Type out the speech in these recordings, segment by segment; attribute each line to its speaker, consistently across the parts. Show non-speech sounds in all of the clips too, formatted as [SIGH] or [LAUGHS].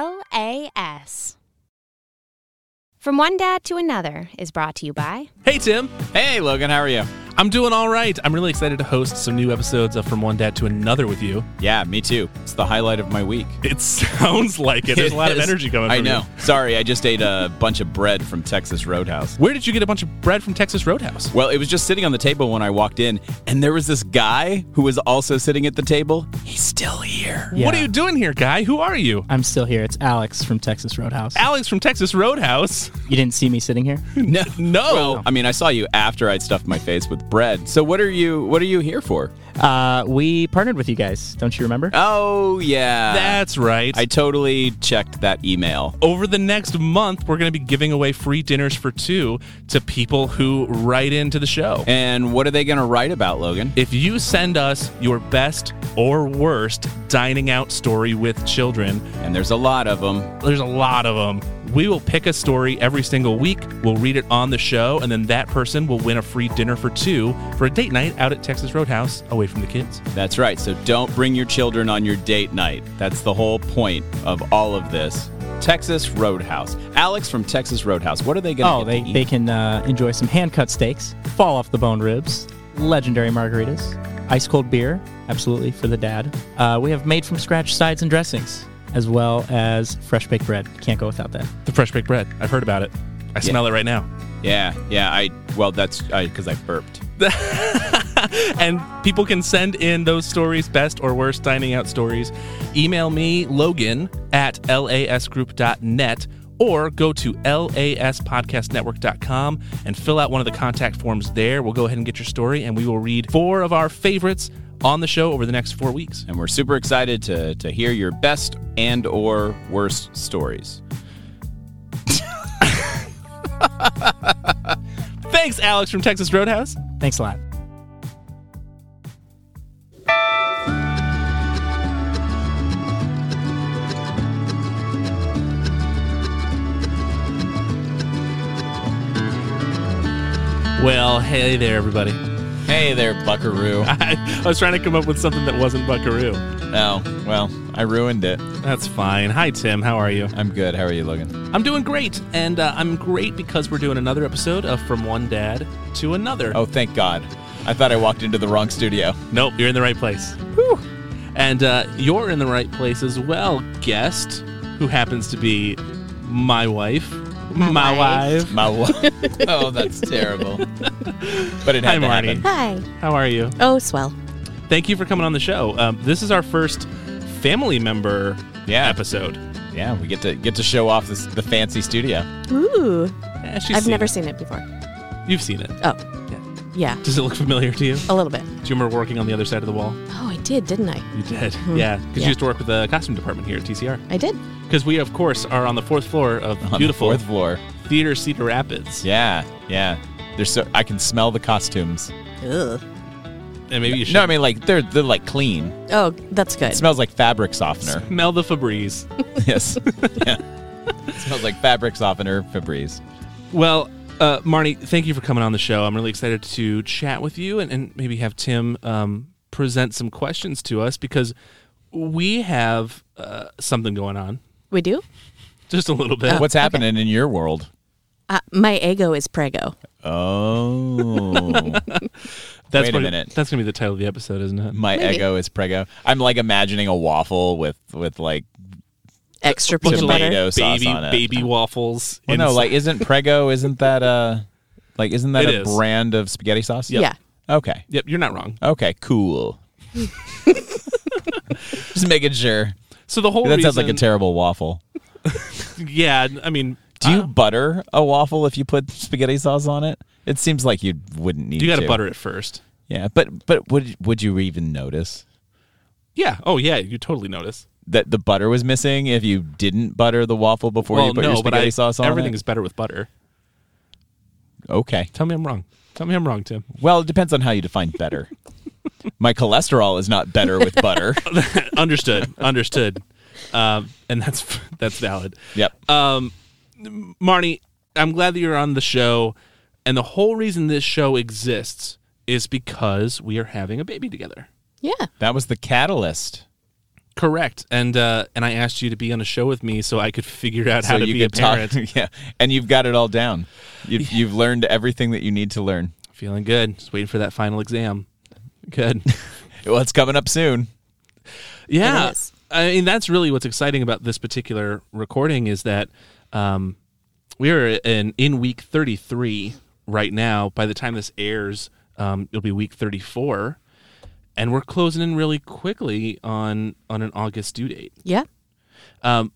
Speaker 1: LAS. From One Dad to Another is brought to you by
Speaker 2: Hey, Tim.
Speaker 3: Hey, Logan, how are you?
Speaker 2: I'm doing all right. I'm really excited to host some new episodes of From One Dad to Another with you.
Speaker 3: Yeah, me too. It's the highlight of my week.
Speaker 2: It [LAUGHS] sounds like it. There's a lot of
Speaker 3: [LAUGHS] Yes.
Speaker 2: energy coming.
Speaker 3: I
Speaker 2: from
Speaker 3: know.
Speaker 2: you.
Speaker 3: Sorry, I just ate a bunch of bread from Texas Roadhouse.
Speaker 2: Where did you get a bunch of bread from Texas Roadhouse?
Speaker 3: Well, it was just sitting on the table when I walked in, and there was this guy who was also sitting at the table. He's still here.
Speaker 4: Yeah.
Speaker 2: What are you doing here, guy? Who are you?
Speaker 4: I'm still here. It's Alex from Texas Roadhouse.
Speaker 2: Alex from Texas Roadhouse. [LAUGHS]
Speaker 4: you didn't see me sitting here?
Speaker 2: No, no.
Speaker 3: Well, I mean, I saw you after I'd stuffed my face with bread. So what are you what are you here for?
Speaker 4: Uh, we partnered with you guys. Don't you remember?
Speaker 3: Oh yeah.
Speaker 2: That's right.
Speaker 3: I totally checked that email.
Speaker 2: over the next month, we're going to be giving away free dinners for two to people who write into the show.
Speaker 3: And what are they gonna write about, Logan?
Speaker 2: If you send us your best or worst dining out story with children,
Speaker 3: And there's a lot of them.
Speaker 2: There's a lot of them. We will pick a story every single week. We'll read it on the show, and then that person will win a free dinner for two for a date night out at Texas Roadhouse away from the kids.
Speaker 3: That's right. So don't bring your children on your date night. That's the whole point of all of this. Texas Roadhouse. Alex from Texas Roadhouse. What are they going
Speaker 4: Oh,
Speaker 3: get
Speaker 4: they,
Speaker 3: to eat?
Speaker 4: they can uh, enjoy some hand cut steaks, fall off the bone ribs, legendary margaritas, ice cold beer, absolutely for the dad. Uh, we have made from scratch sides and dressings, as well as fresh baked bread. Can't go without that.
Speaker 2: The fresh baked bread. I've heard about it. I smell it right now.
Speaker 3: Yeah, yeah. I well, that's because I, burped.
Speaker 2: [LAUGHS] and people can send in those stories, best or worst dining out stories. Email me, Logan at lasgroup.net, or go to laspodcastnetwork.com and fill out one of the contact forms there. We'll go ahead and get your story, and we will read four of our favorites on the show over the next four weeks.
Speaker 3: And we're super excited to to hear your best and or worst stories.
Speaker 2: Thanks, Alex from Texas Roadhouse.
Speaker 4: Thanks a lot.
Speaker 2: Well, hey there, everybody. [LAUGHS]
Speaker 3: Hey there, [LAUGHS] Buckaroo.
Speaker 2: I, I was trying to come up with something that wasn't Buckaroo.
Speaker 3: oh, well, I ruined it.
Speaker 2: That's fine. Hi, Tim. How are you?
Speaker 3: I'm good. How are you, Logan?
Speaker 2: I'm doing great, and uh, I'm great because we're doing another episode of From One Dad to Another.
Speaker 3: Oh, thank God. I thought I walked into the wrong studio.
Speaker 2: nope, you're in the right place. And uh, you're in the right place as well, guest, who happens to be my wife. My,
Speaker 1: wife.
Speaker 3: My
Speaker 4: [LAUGHS]
Speaker 3: wife. oh, that's terrible. But it
Speaker 2: Hi,
Speaker 3: had to
Speaker 2: Marnie.
Speaker 3: happen.
Speaker 1: Hi.
Speaker 2: How are you?
Speaker 1: Oh, swell.
Speaker 2: Thank you for coming on the show. Um, this is our first family member
Speaker 3: Yeah.
Speaker 2: episode.
Speaker 3: Yeah, we get to get to show off this, the fancy studio.
Speaker 1: Ooh.
Speaker 2: Eh, she's
Speaker 1: I've
Speaker 2: seen
Speaker 1: never
Speaker 2: it.
Speaker 1: seen it before.
Speaker 2: You've seen it.
Speaker 1: Oh,
Speaker 2: Yeah.
Speaker 1: yeah.
Speaker 2: Does it look familiar to you?
Speaker 1: A little bit.
Speaker 2: Do you remember working on the other side of the wall?
Speaker 1: Oh, I did, didn't I?
Speaker 2: You did. Yeah, because you
Speaker 1: Yeah.
Speaker 2: used to work with the costume department here at TCR.
Speaker 1: I did.
Speaker 2: Because we, of course, are on the fourth floor of
Speaker 3: on the
Speaker 2: beautiful
Speaker 3: fourth floor.
Speaker 2: theater Cedar Rapids.
Speaker 3: Yeah, yeah. There's so I can smell the costumes.
Speaker 1: Ugh.
Speaker 2: And maybe you should
Speaker 3: No, I mean like they're they're like clean.
Speaker 1: Oh, that's good.
Speaker 3: It smells like fabric
Speaker 1: [LAUGHS]
Speaker 3: softener.
Speaker 2: smell the Febreze.
Speaker 3: [LAUGHS] yes. Yeah. It smells like fabric softener Febreze.
Speaker 2: well, uh, Marnie, thank you for coming on the show. I'm really excited to chat with you and, and maybe have Tim um, present some questions to us because we have uh, something going on.
Speaker 1: we do?
Speaker 2: Just a little
Speaker 1: Oh,
Speaker 2: bit.
Speaker 3: What's happening in your
Speaker 1: [LAUGHS]
Speaker 3: world?
Speaker 1: Uh, my ego is prego.
Speaker 3: Oh,
Speaker 2: That's
Speaker 3: Wait a
Speaker 2: what-
Speaker 3: minute.
Speaker 2: That's gonna be the title of the episode, isn't it?
Speaker 3: my
Speaker 1: Maybe.
Speaker 3: ego is prego. I'm like imagining a waffle with with like
Speaker 1: Extra peanut butter.
Speaker 3: Tomato sauce
Speaker 2: baby
Speaker 3: on it.
Speaker 2: baby waffles.
Speaker 3: well, no,
Speaker 2: inside-
Speaker 3: like [LAUGHS] isn't prego? Isn't that uh like isn't that
Speaker 2: It
Speaker 3: a
Speaker 2: is.
Speaker 3: brand of spaghetti sauce?
Speaker 1: Yeah.
Speaker 3: Okay.
Speaker 2: yep, you're not wrong.
Speaker 3: Okay,
Speaker 2: [LAUGHS]
Speaker 3: cool. Just making sure.
Speaker 2: So the whole
Speaker 3: That sounds like a
Speaker 2: reason-
Speaker 3: terrible waffle.
Speaker 2: Yeah, I mean,
Speaker 3: Do you butter a waffle if you put spaghetti sauce on it? It seems like you wouldn't need.
Speaker 2: you got
Speaker 3: to.
Speaker 2: to butter it first.
Speaker 3: Yeah, but but would would you even notice
Speaker 2: Yeah. Oh yeah, you totally notice.
Speaker 3: that the butter was missing if you didn't butter the waffle before you put your spaghetti sauce on?
Speaker 2: everything
Speaker 3: it?
Speaker 2: is better with butter.
Speaker 3: okay.
Speaker 2: Tell me I'm wrong. Tell me I'm wrong, Tim.
Speaker 3: Well, it depends on how you define better. My cholesterol is not better with
Speaker 2: [LAUGHS]
Speaker 3: butter.
Speaker 2: [LAUGHS] understood. Understood. Um, and that's [LAUGHS] that's valid. Um,
Speaker 3: yep.
Speaker 2: Marnie, I'm glad that you're on the show. And the whole reason this show exists is because we are having a baby together.
Speaker 1: Yeah.
Speaker 3: that was the catalyst.
Speaker 2: Correct. And uh, and I asked you to be on a show with me so I could figure out how
Speaker 3: so
Speaker 2: to
Speaker 3: you
Speaker 2: be a
Speaker 3: could talk-
Speaker 2: parent.
Speaker 3: [LAUGHS] yeah, and you've got it all down. You've, you've learned everything that you need to learn.
Speaker 2: Feeling good. Just waiting for that final exam.
Speaker 3: [LAUGHS]
Speaker 2: Good.
Speaker 3: Well, it's coming up soon.
Speaker 2: Yeah,
Speaker 1: It is.
Speaker 2: I mean that's really what's exciting about this particular recording is that um, we are in in week thirty three right now. By the time this airs, um, it'll be week thirty four, and we're closing in really quickly on on an August due date.
Speaker 1: Yeah.
Speaker 2: Um,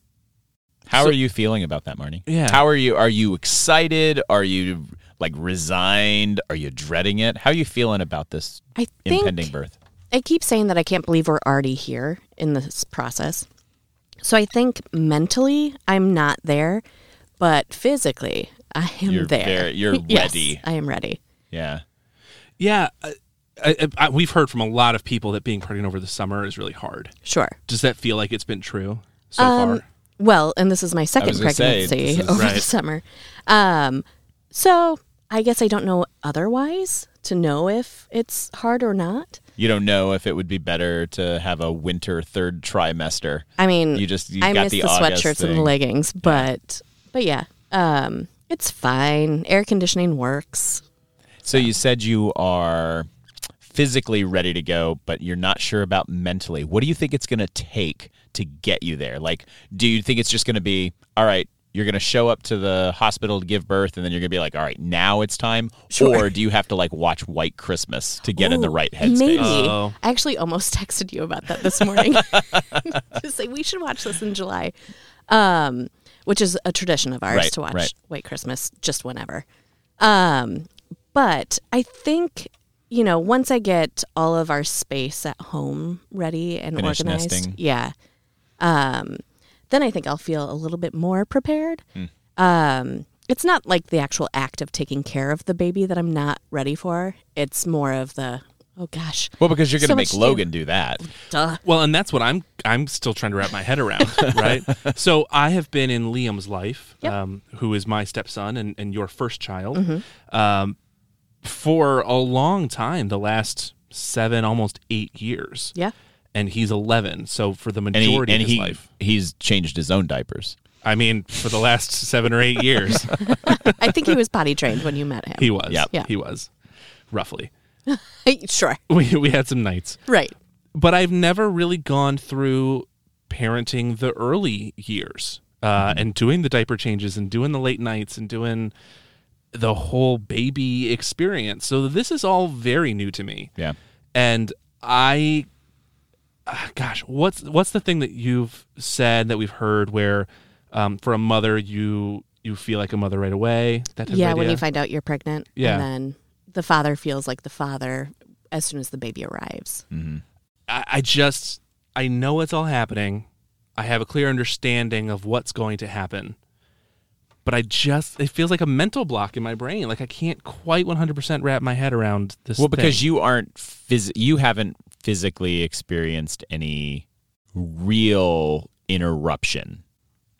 Speaker 3: How
Speaker 2: So-
Speaker 3: are you feeling about that, Marnie?
Speaker 2: Yeah.
Speaker 3: How are you? Are you excited? Are you like resigned? Are you dreading it? How are you feeling about this
Speaker 5: I
Speaker 3: impending
Speaker 5: think
Speaker 3: birth?
Speaker 5: I keep saying that I can't believe we're already here in this process. So I think mentally I'm not there, but physically I am
Speaker 3: You're
Speaker 5: there.
Speaker 3: very-
Speaker 2: [LAUGHS]
Speaker 3: you're
Speaker 5: [LAUGHS] Yes,
Speaker 3: ready.
Speaker 5: I am ready.
Speaker 3: Yeah.
Speaker 2: yeah, I, I, I, we've heard from a lot of people that being pregnant over the summer is really hard.
Speaker 5: Sure.
Speaker 2: Does that feel like it's been true so
Speaker 1: Um,
Speaker 2: far?
Speaker 5: Well, and this is my second
Speaker 3: was gonna say,
Speaker 5: pregnancy
Speaker 3: this is-
Speaker 5: over
Speaker 2: Right.
Speaker 5: the summer. Um, so I guess I don't know otherwise to know if it's hard or not.
Speaker 3: You don't know if it would be better to have a winter third trimester.
Speaker 5: I mean,
Speaker 3: You just- you
Speaker 5: I
Speaker 3: got
Speaker 5: miss
Speaker 3: the
Speaker 5: the,
Speaker 3: August
Speaker 5: sweatshirts and the
Speaker 3: thing.
Speaker 5: leggings, but but yeah, um, it's fine. Air conditioning works.
Speaker 3: So you said you are physically ready to go, but you're not sure about mentally. What do you think it's going to take to get you there? Like, do you think it's just going to be, all right, you're going to show up to the hospital to give birth, and then you're going to be like, all right, now it's time? Or do you have to like watch White Christmas to get in the
Speaker 5: Ooh,
Speaker 3: right headspace?
Speaker 5: Maybe.
Speaker 2: Oh.
Speaker 5: I actually almost [LAUGHS] texted you about that this morning. [LAUGHS] Just like we should watch this in July, um, which is a tradition of ours
Speaker 3: Right,
Speaker 5: to watch
Speaker 3: right.
Speaker 5: White Christmas just whenever. Um, but I think you know once I get all of our space at home ready and
Speaker 3: Finish
Speaker 5: organized,
Speaker 3: nesting.
Speaker 5: yeah, um, then I think I'll feel a little bit more prepared. Um, it's not like the actual act of taking care of the baby that I'm not ready for. It's more of the oh gosh,
Speaker 3: Well, because you're going to
Speaker 5: So much
Speaker 3: make
Speaker 5: to do.
Speaker 3: Logan do that.
Speaker 5: duh.
Speaker 2: Well, and that's what I'm I'm still trying to wrap my head
Speaker 3: [LAUGHS]
Speaker 2: around, right? So I have been in Liam's life,
Speaker 5: Yep.
Speaker 2: um, who is my stepson and, and your first child,
Speaker 5: Mm-hmm.
Speaker 2: um, for a long time, the last seven, almost eight years.
Speaker 5: Yeah.
Speaker 2: And he's 11, so for the
Speaker 3: And, he,
Speaker 2: majority
Speaker 3: and
Speaker 2: of his
Speaker 3: he,
Speaker 2: life.
Speaker 3: he's changed his own diapers.
Speaker 2: I mean, for the last seven or
Speaker 3: [LAUGHS]
Speaker 2: eight years,
Speaker 5: I think he was potty trained when you met him. [LAUGHS]
Speaker 2: he was.
Speaker 3: Yep.
Speaker 5: Yeah.
Speaker 2: He was, roughly.
Speaker 5: sure.
Speaker 2: We, we had some nights.
Speaker 5: Right.
Speaker 2: but I've never really gone through parenting the early years uh, and doing the diaper changes and doing the late nights and doing the whole baby experience. So this is all very new to me.
Speaker 3: Yeah.
Speaker 2: And I, ah, gosh, what's what's the thing that you've said that we've heard where, um, for a mother, you you feel like a mother right away. That type
Speaker 5: Yeah,
Speaker 2: of
Speaker 5: when
Speaker 2: idea?
Speaker 5: you find out you're pregnant.
Speaker 2: Yeah.
Speaker 5: And then the father feels like the father as soon as the baby arrives.
Speaker 2: I, I just I know it's all happening. I have a clear understanding of what's going to happen. But I just it feels like a mental block in my brain. Like I can't quite 100% wrap my head around this.
Speaker 3: Well, because you aren't phys- you haven't physically experienced any real interruption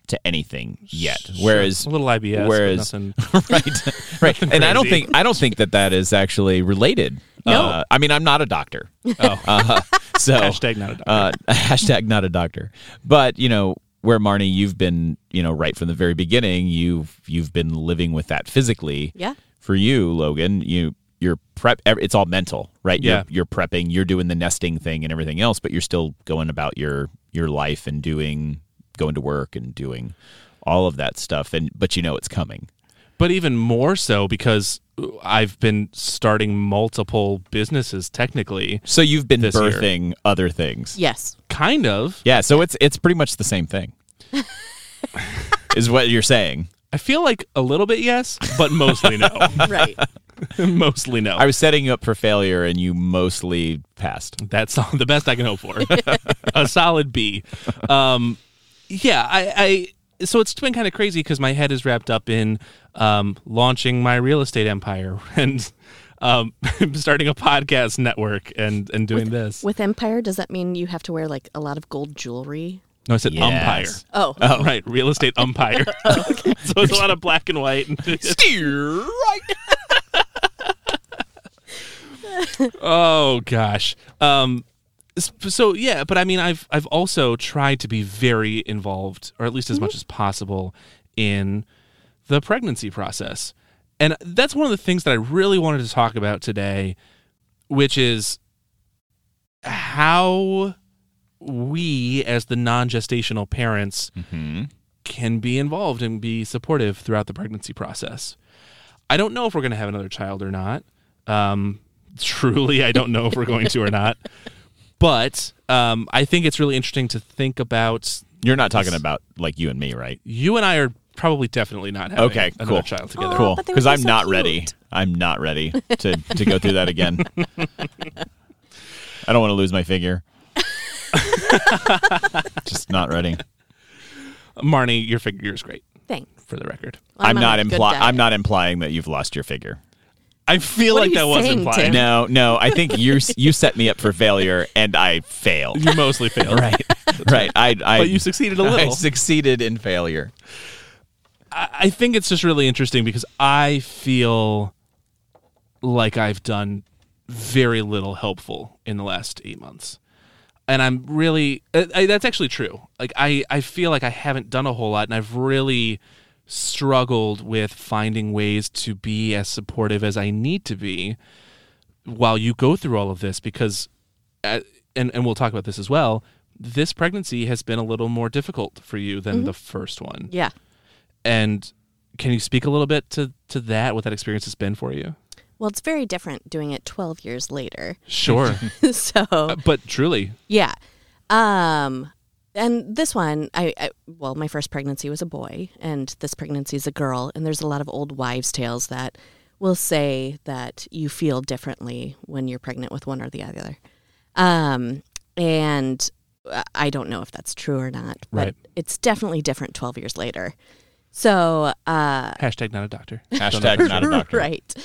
Speaker 3: to anything yet. Whereas
Speaker 2: a little IBS, but
Speaker 3: whereas
Speaker 2: [LAUGHS] nothing-
Speaker 3: [LAUGHS]
Speaker 2: [LAUGHS]
Speaker 3: right, right, and I don't
Speaker 2: crazy.
Speaker 3: think I don't think that that is actually related.
Speaker 5: No.
Speaker 3: Uh, I mean I'm not a doctor. Oh, uh, so
Speaker 2: hashtag not a doctor.
Speaker 3: uh, [LAUGHS] hashtag not a doctor. But you know where Marnie, you've been you know right from the very beginning. You've you've been living with that physically.
Speaker 5: Yeah.
Speaker 3: For you, Logan, you you're prep. ev- It's all mental, right?
Speaker 2: Yeah.
Speaker 3: You're, you're prepping. You're doing the nesting thing and everything else, but you're still going about your your life and doing going to work and doing all of that stuff. And but you know it's coming.
Speaker 2: but even more so because I've been starting multiple businesses technically,
Speaker 3: So you've been
Speaker 2: This year.
Speaker 3: birthing other things.
Speaker 5: Yes.
Speaker 2: kind of.
Speaker 3: Yeah, so it's it's pretty much the same thing. is what you're saying.
Speaker 2: I feel like a little bit yes, but mostly no. [LAUGHS]
Speaker 5: Right.
Speaker 2: mostly no.
Speaker 3: I was setting you up for failure and you mostly passed.
Speaker 2: That's [LAUGHS] all- the best I can hope for. [LAUGHS] a solid B. Um, yeah, I, I. So it's been kind of crazy because my head is wrapped up in um, launching my real estate empire [LAUGHS] and um, [LAUGHS] starting a podcast network and and doing this.
Speaker 5: With Empire, does that mean you have to wear like a lot of gold jewelry?
Speaker 2: no, I said
Speaker 3: Yes.
Speaker 2: umpire.
Speaker 5: Oh.
Speaker 2: Oh. [LAUGHS] Right, real estate [LAUGHS] umpire. so it's a lot of black and white. [LAUGHS] Steer [LAUGHS] right. oh gosh. Um, S- So yeah, but I mean, I've I've also tried to be very involved, or at least as much as possible, in the pregnancy process, and that's one of the things that I really wanted to talk about today, which is how we as the non-gestational parents can be involved and be supportive throughout the pregnancy process. I don't know if we're going to have another child or not. Um, [LAUGHS] truly, I don't know if we're going to or not. But um, I think it's really interesting to think about.
Speaker 3: You're not talking about like you and me, right?
Speaker 2: You and I are probably definitely not having
Speaker 3: Okay,
Speaker 2: another
Speaker 3: cool.
Speaker 2: child together.
Speaker 3: cool.
Speaker 5: but they
Speaker 3: Because
Speaker 5: would be
Speaker 3: I'm
Speaker 5: so
Speaker 3: not
Speaker 5: cute.
Speaker 3: ready. I'm not ready to, to go through that again. I don't want to lose my figure. [LAUGHS] Just not ready.
Speaker 2: Marnie, your figure is great,
Speaker 5: Thanks.
Speaker 2: for the record.
Speaker 5: Well,
Speaker 3: I'm,
Speaker 5: on
Speaker 3: not
Speaker 5: a good
Speaker 3: implying.
Speaker 5: diet.
Speaker 3: I'm not implying that you've lost your figure.
Speaker 2: I feel
Speaker 5: What are
Speaker 2: like
Speaker 5: you
Speaker 2: that was
Speaker 5: saying,
Speaker 2: implied.
Speaker 5: Tim?
Speaker 3: No, no. I think you s- you set me up for failure, and I failed.
Speaker 2: [LAUGHS] You mostly failed. right.
Speaker 3: Right. I. I
Speaker 2: But you succeeded a
Speaker 3: I
Speaker 2: little.
Speaker 3: succeeded in failure.
Speaker 2: I I think it's just really interesting because I feel like I've done very little helpful in the last eight months. And I'm really, I, I- that's actually true. Like, I, I feel like I haven't done a whole lot, and I've really struggled with finding ways to be as supportive as I need to be while you go through all of this because uh, and and we'll talk about this as well this pregnancy has been a little more difficult for you than the first one
Speaker 5: Yeah.
Speaker 2: and can you speak a little bit to, to that, what that experience has been for you?
Speaker 5: Well, it's very different doing it 12 years later. [LAUGHS]
Speaker 2: Sure.
Speaker 5: so,
Speaker 2: [LAUGHS]
Speaker 3: Uh,
Speaker 2: but truly,
Speaker 5: yeah. Um, and this one, I, I, well, my first pregnancy was a boy, and this pregnancy is a girl. And there's a lot of old wives' tales that will say that you feel differently when you're pregnant with one or the other. Um, and uh, I don't know if that's true or not, but
Speaker 2: Right.
Speaker 5: it's definitely different 12 years later. So, uh,
Speaker 2: hashtag not a
Speaker 5: [LAUGHS]
Speaker 2: doctor.
Speaker 3: Hashtag [LAUGHS] not a doctor.
Speaker 5: Right.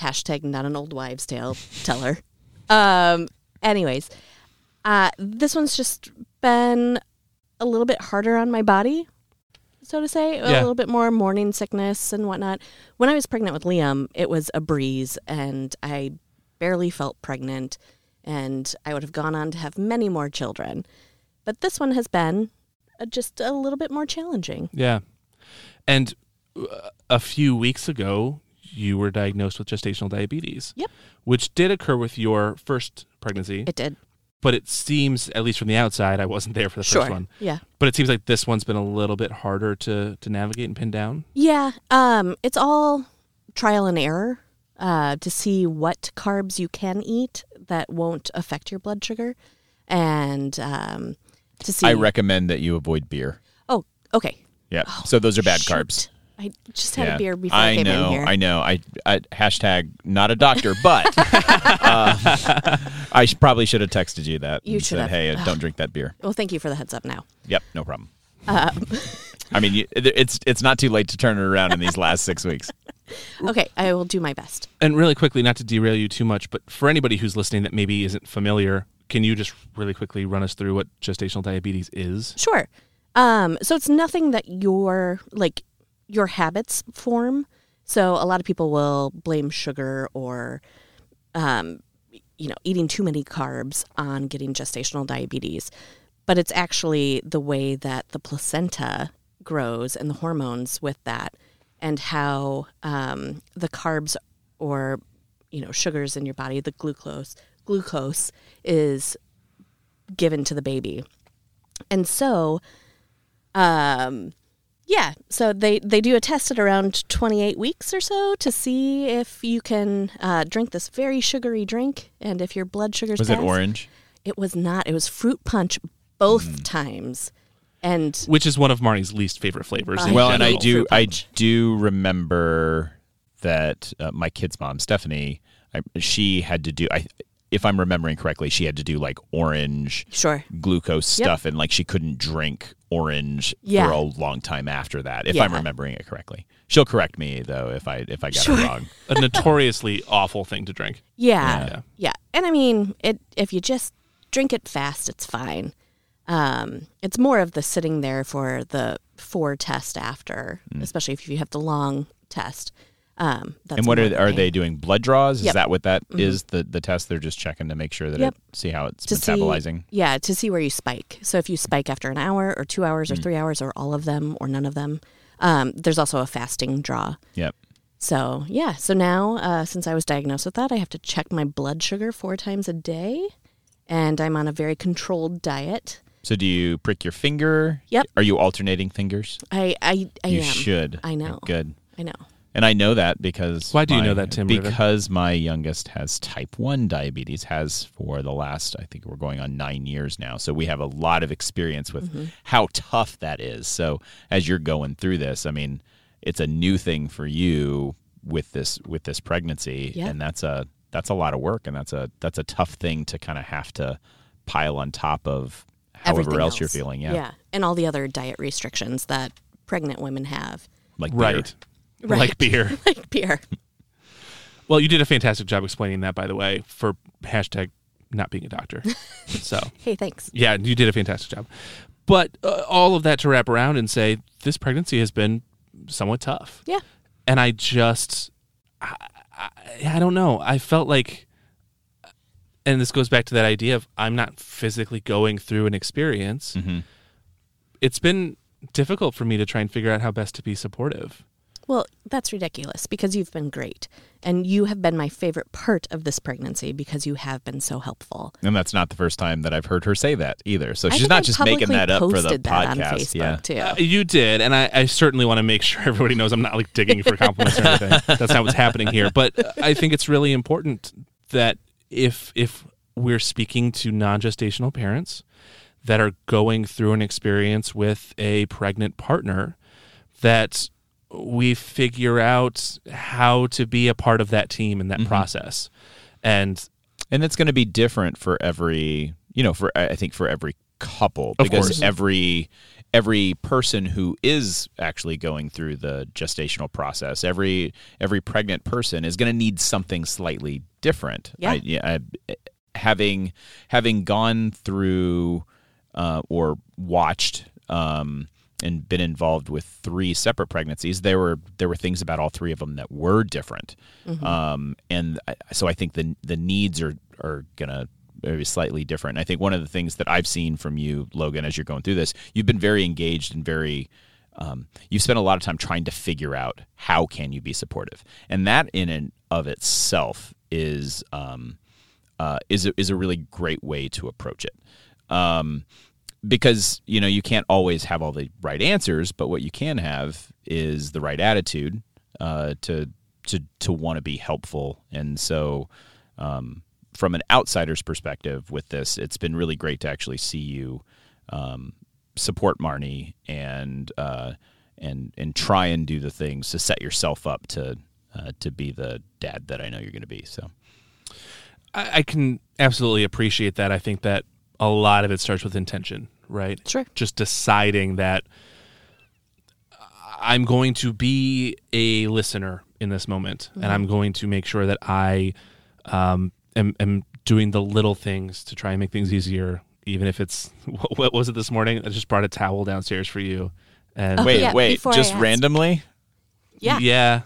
Speaker 5: Hashtag not an old wives' tale. Tell her. Um, anyways, uh, this one's just been a little bit harder on my body, so to say. A
Speaker 2: Yeah.
Speaker 5: little bit more morning sickness and whatnot. When I was pregnant with Liam, it was a breeze, and I barely felt pregnant, and I would have gone on to have many more children. But this one has been uh, just a little bit more challenging.
Speaker 2: Yeah. And uh, a few weeks ago, you were diagnosed with gestational diabetes.
Speaker 5: Yep.
Speaker 2: Which did occur with your first pregnancy,
Speaker 5: It did.
Speaker 2: but it seems, at least from the outside, I wasn't there for the
Speaker 5: Sure.
Speaker 2: first one.
Speaker 5: Yeah.
Speaker 2: But it seems like this one's been a little bit harder to, to navigate and pin down.
Speaker 5: Yeah, um, it's all trial and error uh, to see what carbs you can eat that won't affect your blood sugar, and um, to see.
Speaker 3: I recommend that you avoid beer.
Speaker 5: oh, okay.
Speaker 3: Yeah. so those are bad
Speaker 5: Oh, Shoot.
Speaker 3: carbs.
Speaker 5: I just had
Speaker 3: Yeah.
Speaker 5: a beer before I,
Speaker 3: I
Speaker 5: came
Speaker 3: know,
Speaker 5: in here.
Speaker 3: I know. I, I hashtag not a doctor,
Speaker 5: [LAUGHS]
Speaker 3: but uh, I sh- probably should have texted you that.
Speaker 5: You
Speaker 3: and
Speaker 5: should
Speaker 3: said,
Speaker 5: have.
Speaker 3: Hey, uh,
Speaker 5: Ugh.
Speaker 3: don't drink that beer.
Speaker 5: well, thank you for the heads up. Now,
Speaker 3: Yep, no problem.
Speaker 5: Um,
Speaker 3: [LAUGHS] I mean, you, it- it's it's not too late to turn it around in these last six weeks.
Speaker 5: okay, I will do my best.
Speaker 2: And really quickly, not to derail you too much, but for anybody who's listening that maybe isn't familiar, can you just really quickly run us through what gestational diabetes is?
Speaker 5: Sure. Um, so it's nothing that your like your habits form. So a lot of people will blame sugar or, um, you know, eating too many carbs on getting gestational diabetes, but it's actually the way that the placenta grows and the hormones with that, and how um, the carbs or you know sugars in your body, the glucose glucose is given to the baby and so um yeah so they they do a test at around 28 weeks or so to see if you can uh, drink this very sugary drink and if your blood sugars
Speaker 3: Was it
Speaker 5: pass.
Speaker 3: orange? Hmm.
Speaker 5: it was not it was fruit punch both times and
Speaker 2: which is one of Marnie's least favorite flavors. in
Speaker 3: Well, and I
Speaker 2: general.
Speaker 3: do
Speaker 5: Fruit
Speaker 3: I
Speaker 5: punch.
Speaker 3: do remember that uh, my kid's mom Stephanie, I, she had to do. I, if I'm remembering correctly, she had to do like orange
Speaker 5: sure
Speaker 3: glucose
Speaker 5: Yep.
Speaker 3: stuff and like she couldn't drink orange
Speaker 5: Yeah.
Speaker 3: for a long time after that if
Speaker 5: Yeah.
Speaker 3: i'm remembering it correctly she'll correct me though if i if i got it
Speaker 5: [LAUGHS]
Speaker 3: wrong
Speaker 2: a notoriously awful thing to drink.
Speaker 5: Yeah.
Speaker 2: Yeah.
Speaker 5: Yeah. And I mean, it if you just drink it fast, it's fine. Um, it's more of the sitting
Speaker 3: Mm.
Speaker 5: there for the four test after, especially if you have the long test. Um, that's
Speaker 3: and what are
Speaker 5: another
Speaker 3: they, are
Speaker 5: thing.
Speaker 3: they doing? Blood draws? Is
Speaker 5: Yep. Mm-hmm.
Speaker 3: that what that is? The the test they're just checking to make sure that
Speaker 5: Yep.
Speaker 3: it see how it's
Speaker 5: to see-
Speaker 3: metabolizing.
Speaker 5: yeah, to see where you spike. So if you spike after an hour or two hours or
Speaker 3: Mm.
Speaker 5: three hours or all of them or none of them, um, there's also a fasting draw.
Speaker 3: Yep.
Speaker 5: So yeah, so now uh, since I was diagnosed with that, I have to check my blood sugar four times a day, and I'm on a very controlled diet.
Speaker 3: So do you prick your finger?
Speaker 5: Yep.
Speaker 3: Are you alternating fingers?
Speaker 5: I I, I
Speaker 3: you
Speaker 5: am.
Speaker 3: should.
Speaker 5: I know.
Speaker 3: Good.
Speaker 5: I know.
Speaker 3: And I know that because
Speaker 2: Why do you
Speaker 3: my-
Speaker 2: know that, Tim Ritter?
Speaker 3: Because my youngest has type one diabetes, has for the last I think we're going on nine years now. So we have a lot of experience with how tough that is. So as you're going through this, I mean, it's a new thing for you with this with this pregnancy,
Speaker 5: Yeah.
Speaker 3: and that's a that's a lot of work, and that's a that's a tough thing to kind of have to pile on top of however
Speaker 5: Everything
Speaker 3: else, you're feeling. Yeah,
Speaker 5: Yeah, and all the other diet restrictions that pregnant women have, [LAUGHS]
Speaker 3: like beer.
Speaker 2: Right. Like beer.
Speaker 3: [LAUGHS]
Speaker 5: like beer.
Speaker 2: Well, you did a fantastic job explaining that, by the way, for hashtag not being a [LAUGHS] doctor. so,
Speaker 5: hey, thanks.
Speaker 2: yeah, you did a fantastic job. But uh, all of that to wrap around and say this pregnancy has been somewhat tough.
Speaker 5: Yeah.
Speaker 2: And I just, I, I, I don't know. I felt like, and this goes back to that idea of I'm not physically going through an experience. It's been difficult for me to try and figure out how best to be supportive.
Speaker 5: Well, that's ridiculous because you've been great, and you have been my favorite part of this pregnancy because you have been so helpful.
Speaker 3: And that's not the first time that I've heard her say that either. So
Speaker 5: I
Speaker 3: she's
Speaker 5: think
Speaker 3: not
Speaker 5: I
Speaker 3: just making
Speaker 5: publicly
Speaker 3: that up for the
Speaker 5: posted that
Speaker 3: podcast.
Speaker 5: on Facebook
Speaker 3: yeah.
Speaker 5: too.
Speaker 2: Uh, you did, and I, I certainly want to make sure [LAUGHS] everybody knows I'm not like digging for compliments or anything. That's not what's happening here. But uh, I think it's really important that if if we're speaking to non-gestational parents that are going through an experience with a pregnant partner, that we figure out how to be a part of that team in that process. And
Speaker 3: And it's going to be different for every, you know, for I I think for every couple
Speaker 2: Of
Speaker 3: because
Speaker 2: course.
Speaker 3: every every person who is actually going through the gestational process, every every pregnant person is going to need something slightly different.
Speaker 5: Yeah.
Speaker 3: I, yeah I, having having gone through uh, or watched um, and been involved with three separate pregnancies, there were there were things about all three of them that were different, um, and I, so I think the the needs are are gonna be slightly different. And I think one of the things that I've seen from you, Logan, as you're going through this, you've been very engaged and very um, you've spent a lot of time trying to figure out how can you be supportive, and that in and of itself is um, uh, is a, is a really great way to approach it. Um, because you know you can't always have all the right answers, but what you can have is the right attitude uh, to to to want to be helpful. And so, um, from an outsider's perspective, with this, it's been really great to actually see you um, support Marnie and uh, and and try and do the things to set yourself up to uh, to be the dad that I know you're going to be. So.
Speaker 2: I, I can absolutely appreciate that. I think that a lot of it starts with intention, right?
Speaker 5: Sure.
Speaker 2: Just deciding that I'm going to be a listener in this moment, and
Speaker 5: Mm-hmm.
Speaker 2: I'm going to make sure that I um, am, am doing the little things to try and make things easier, even if it's [LAUGHS] what, what was it this morning? I just brought a towel downstairs for you, and
Speaker 3: [LAUGHS] Wait,
Speaker 5: yeah,
Speaker 3: wait,
Speaker 5: before I
Speaker 3: just
Speaker 5: asked.
Speaker 3: randomly?
Speaker 5: Oh, Yeah.
Speaker 2: yeah.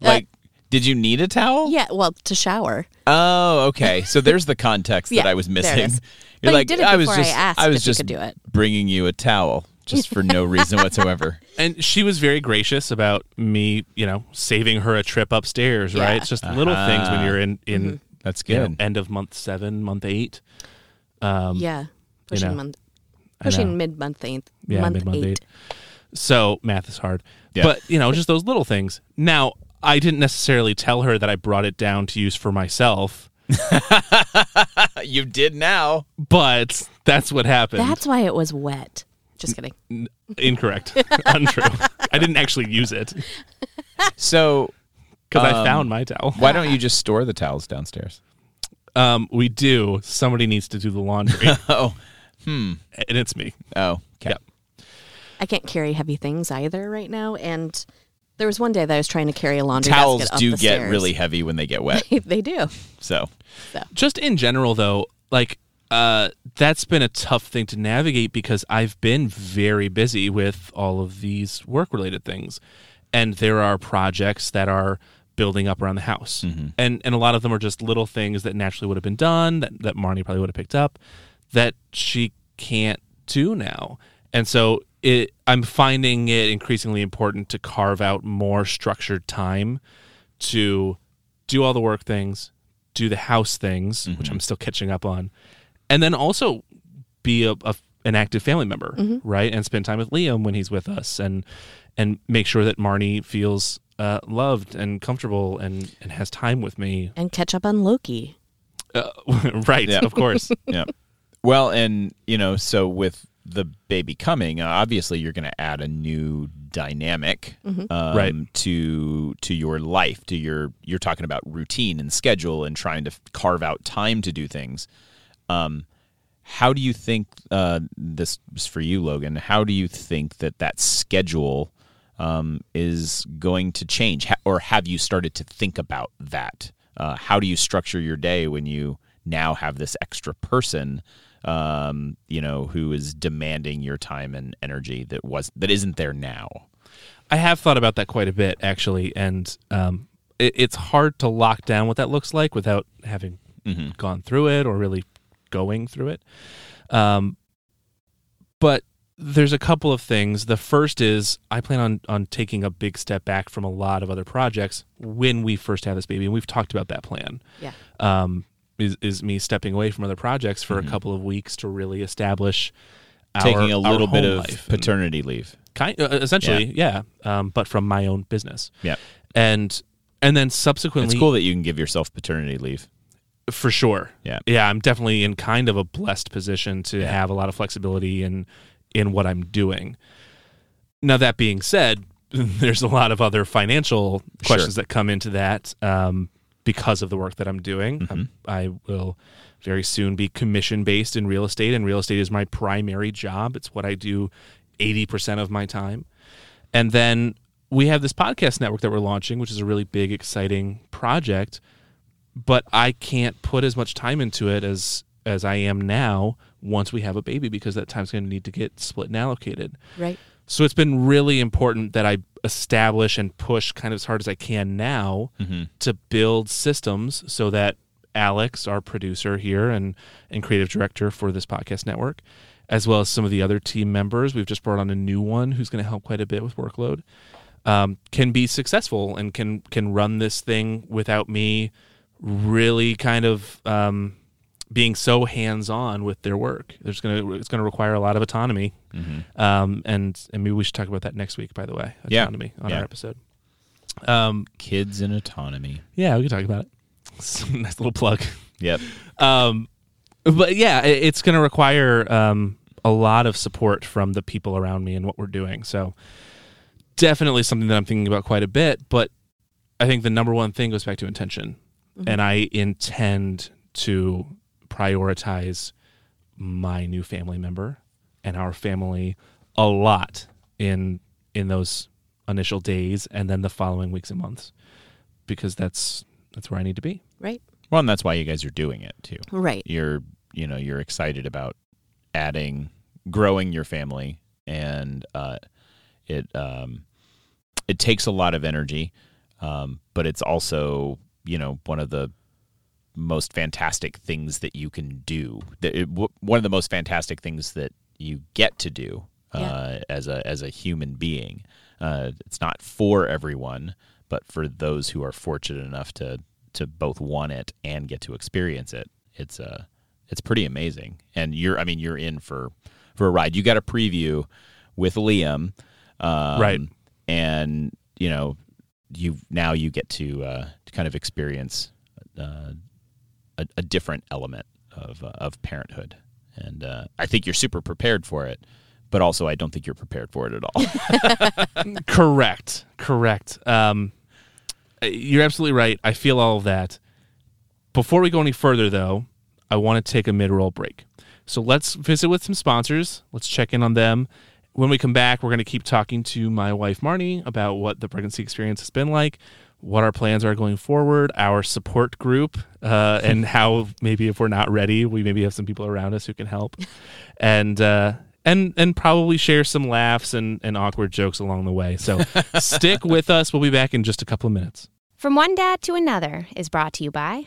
Speaker 3: Like, did you need a towel?
Speaker 5: Yeah, well, to shower.
Speaker 3: Oh, okay. So there's the context that
Speaker 5: Yeah,
Speaker 3: I was
Speaker 5: there it
Speaker 3: missing.
Speaker 5: is. But
Speaker 3: [LAUGHS] You're
Speaker 5: you
Speaker 3: like,
Speaker 5: did it
Speaker 3: I was
Speaker 5: before I
Speaker 3: just,
Speaker 5: asked
Speaker 3: was
Speaker 5: if you
Speaker 3: just
Speaker 5: could do it.
Speaker 3: bringing you a towel just for no reason
Speaker 5: [LAUGHS]
Speaker 3: whatsoever.
Speaker 2: And she was very gracious about me, you know, saving her a trip upstairs,
Speaker 5: Yeah.
Speaker 2: right? It's just little things when you're in in
Speaker 3: That's
Speaker 2: you know,
Speaker 3: Uh-huh. Mm-hmm. good.
Speaker 2: end of month seven, month eight.
Speaker 5: yeah, pushing
Speaker 2: know,
Speaker 5: month,
Speaker 2: I know.
Speaker 5: pushing mid month eight.
Speaker 2: Yeah,
Speaker 5: month
Speaker 2: mid-month
Speaker 5: eight.
Speaker 2: eight. So math is hard.
Speaker 3: Yeah.
Speaker 2: But, you know, just those little things. Now, I didn't necessarily tell her that I brought it down to use for myself,
Speaker 3: you did now.
Speaker 2: but that's what happened.
Speaker 5: That's why it was wet.
Speaker 2: Mm.
Speaker 5: Just kidding.
Speaker 2: [LAUGHS] Incorrect. [LAUGHS] Untrue. I didn't actually use it
Speaker 3: So
Speaker 2: because I
Speaker 3: Um,
Speaker 2: found my towel.
Speaker 3: why don't you just store the towels downstairs?
Speaker 2: Um, we do. Somebody needs to do the laundry,
Speaker 3: [LAUGHS] Oh,
Speaker 2: and it's me.
Speaker 3: oh, okay.
Speaker 2: Yep.
Speaker 5: I can't carry heavy things either right now. And there was one day that I was trying to carry a laundry
Speaker 3: Towels
Speaker 5: basket up
Speaker 3: do
Speaker 5: the
Speaker 3: get
Speaker 5: stairs.
Speaker 3: really heavy when they get wet.
Speaker 5: [LAUGHS] they do.
Speaker 3: So
Speaker 2: just in general though like uh that's been a tough thing to navigate because i've been very busy with all of these work related things and there are projects that are building up around the house. And and a lot of them are just little things that naturally would have been done that, that Marnie probably would have picked up that she can't do now. And so it I'm finding it increasingly important to carve out more structured time to do all the work things, do the house things, which I'm still catching up on, and then also be a, a an active family member, right? And spend time with Liam when he's with us, and and make sure that Marnie feels uh, loved and comfortable and and has time with me,
Speaker 5: and catch up on Loki.
Speaker 2: uh, [LAUGHS] right?
Speaker 3: Yeah.
Speaker 2: Of course,
Speaker 3: yeah. Well, and you know, so with the baby coming, uh, obviously you're going to add a new dynamic um,
Speaker 2: Right.
Speaker 3: to to your life. To your you're talking about routine and schedule and trying to f- carve out time to do things. Um, how do you think uh, this is for you, Logan? How do you think that that schedule um, is going to change, ha- or have you started to think about that? Uh, how do you structure your day when you now have this extra person, um, you know, who is demanding your time and energy that was that isn't there now?
Speaker 2: I have thought about that quite a bit actually, and um, it, it's hard to lock down what that looks like without having
Speaker 3: Mm-hmm.
Speaker 2: gone through it or really going through it. Um, but there's a couple of things. The first is I plan on on taking a big step back from a lot of other projects when we first have this baby, and we've talked about that plan.
Speaker 5: Yeah.
Speaker 2: Um, is is me stepping away from other projects for a couple of weeks to really establish our,
Speaker 3: Mm-hmm. Taking a
Speaker 2: our
Speaker 3: little bit
Speaker 2: home
Speaker 3: of
Speaker 2: life and-
Speaker 3: paternity leave.
Speaker 2: kind uh, essentially yeah, Um, but from my own business
Speaker 3: Yeah,
Speaker 2: and and then subsequently
Speaker 3: it's cool that you can give yourself paternity leave.
Speaker 2: for sure
Speaker 3: Yeah.
Speaker 2: yeah i'm definitely in kind of a blessed position to have a lot of flexibility in in what i'm doing now that being said [LAUGHS] there's a lot of other financial
Speaker 3: Sure.
Speaker 2: questions that come into that um, because of the work that i'm doing I'm- i will very soon be commission based in real estate and real estate is my primary job it's what i do 80% of my time And then we have this podcast network that we're launching, which is a really big, exciting project. But I can't put as much time into it as as I am now once we have a baby because that time's going to need to get split and allocated.
Speaker 5: Right.
Speaker 2: So it's been really important that I establish and push kind of as hard as I can now to build systems so that Alex, our producer here and and creative director for this podcast network, as well as some of the other team members, we've just brought on a new one who's going to help quite a bit with workload. Um, can be successful and can can run this thing without me really kind of um, being so hands on with their work. There's gonna it's gonna require a lot of autonomy. Um, and and maybe we should talk about that next week. By the way,
Speaker 3: Mm-hmm. Yeah.
Speaker 2: autonomy on
Speaker 3: Yeah.
Speaker 2: our episode. Um,
Speaker 3: Kids in autonomy.
Speaker 2: yeah, we can talk about it. [LAUGHS] nice little plug.
Speaker 3: Yep.
Speaker 2: Um, but yeah, i- it's going to require um, a lot of support from the people around me and what we're doing. So definitely something that I'm thinking about quite a bit. But I think the number one thing goes back to intention, and I intend to prioritize my new family member and our family a lot in in those initial days and then the following weeks and months because that's that's where I need to be.
Speaker 5: Right.
Speaker 3: Well, and that's why you guys are doing it too.
Speaker 5: Right.
Speaker 3: you're you know you're excited about adding growing your family and uh, it um, it takes a lot of energy um, but it's also you know one of the most fantastic things that you can do that it, w- one of the most fantastic things that you get to do uh, as a as a human being uh, it's not for everyone but for those who are fortunate enough to to both want it and get to experience it it's uh it's pretty amazing and you're i mean you're in for for a ride you got a preview with liam um,
Speaker 2: Right.
Speaker 3: and you know you now you get to uh to kind of experience uh a, a different element of uh, of parenthood, and uh, I think you're super prepared for it. But also, I don't think you're prepared for it at
Speaker 5: [LAUGHS]
Speaker 3: all.
Speaker 2: Correct. Correct. Um, you're absolutely right. I feel all of that. Before we go any further, though, I want to take a mid roll break. So let's visit with some sponsors. Let's check in on them. When we come back, we're going to keep talking to my wife, Marnie, about what the pregnancy experience has been like, what our plans are going forward, our support group, uh, and how maybe if we're not ready, we maybe have some people around us who can help. And, uh, and, and probably share some laughs and, and awkward jokes along the way. So stick with us. We'll be back in just a couple of minutes.
Speaker 1: From One Dad to Another is brought to you by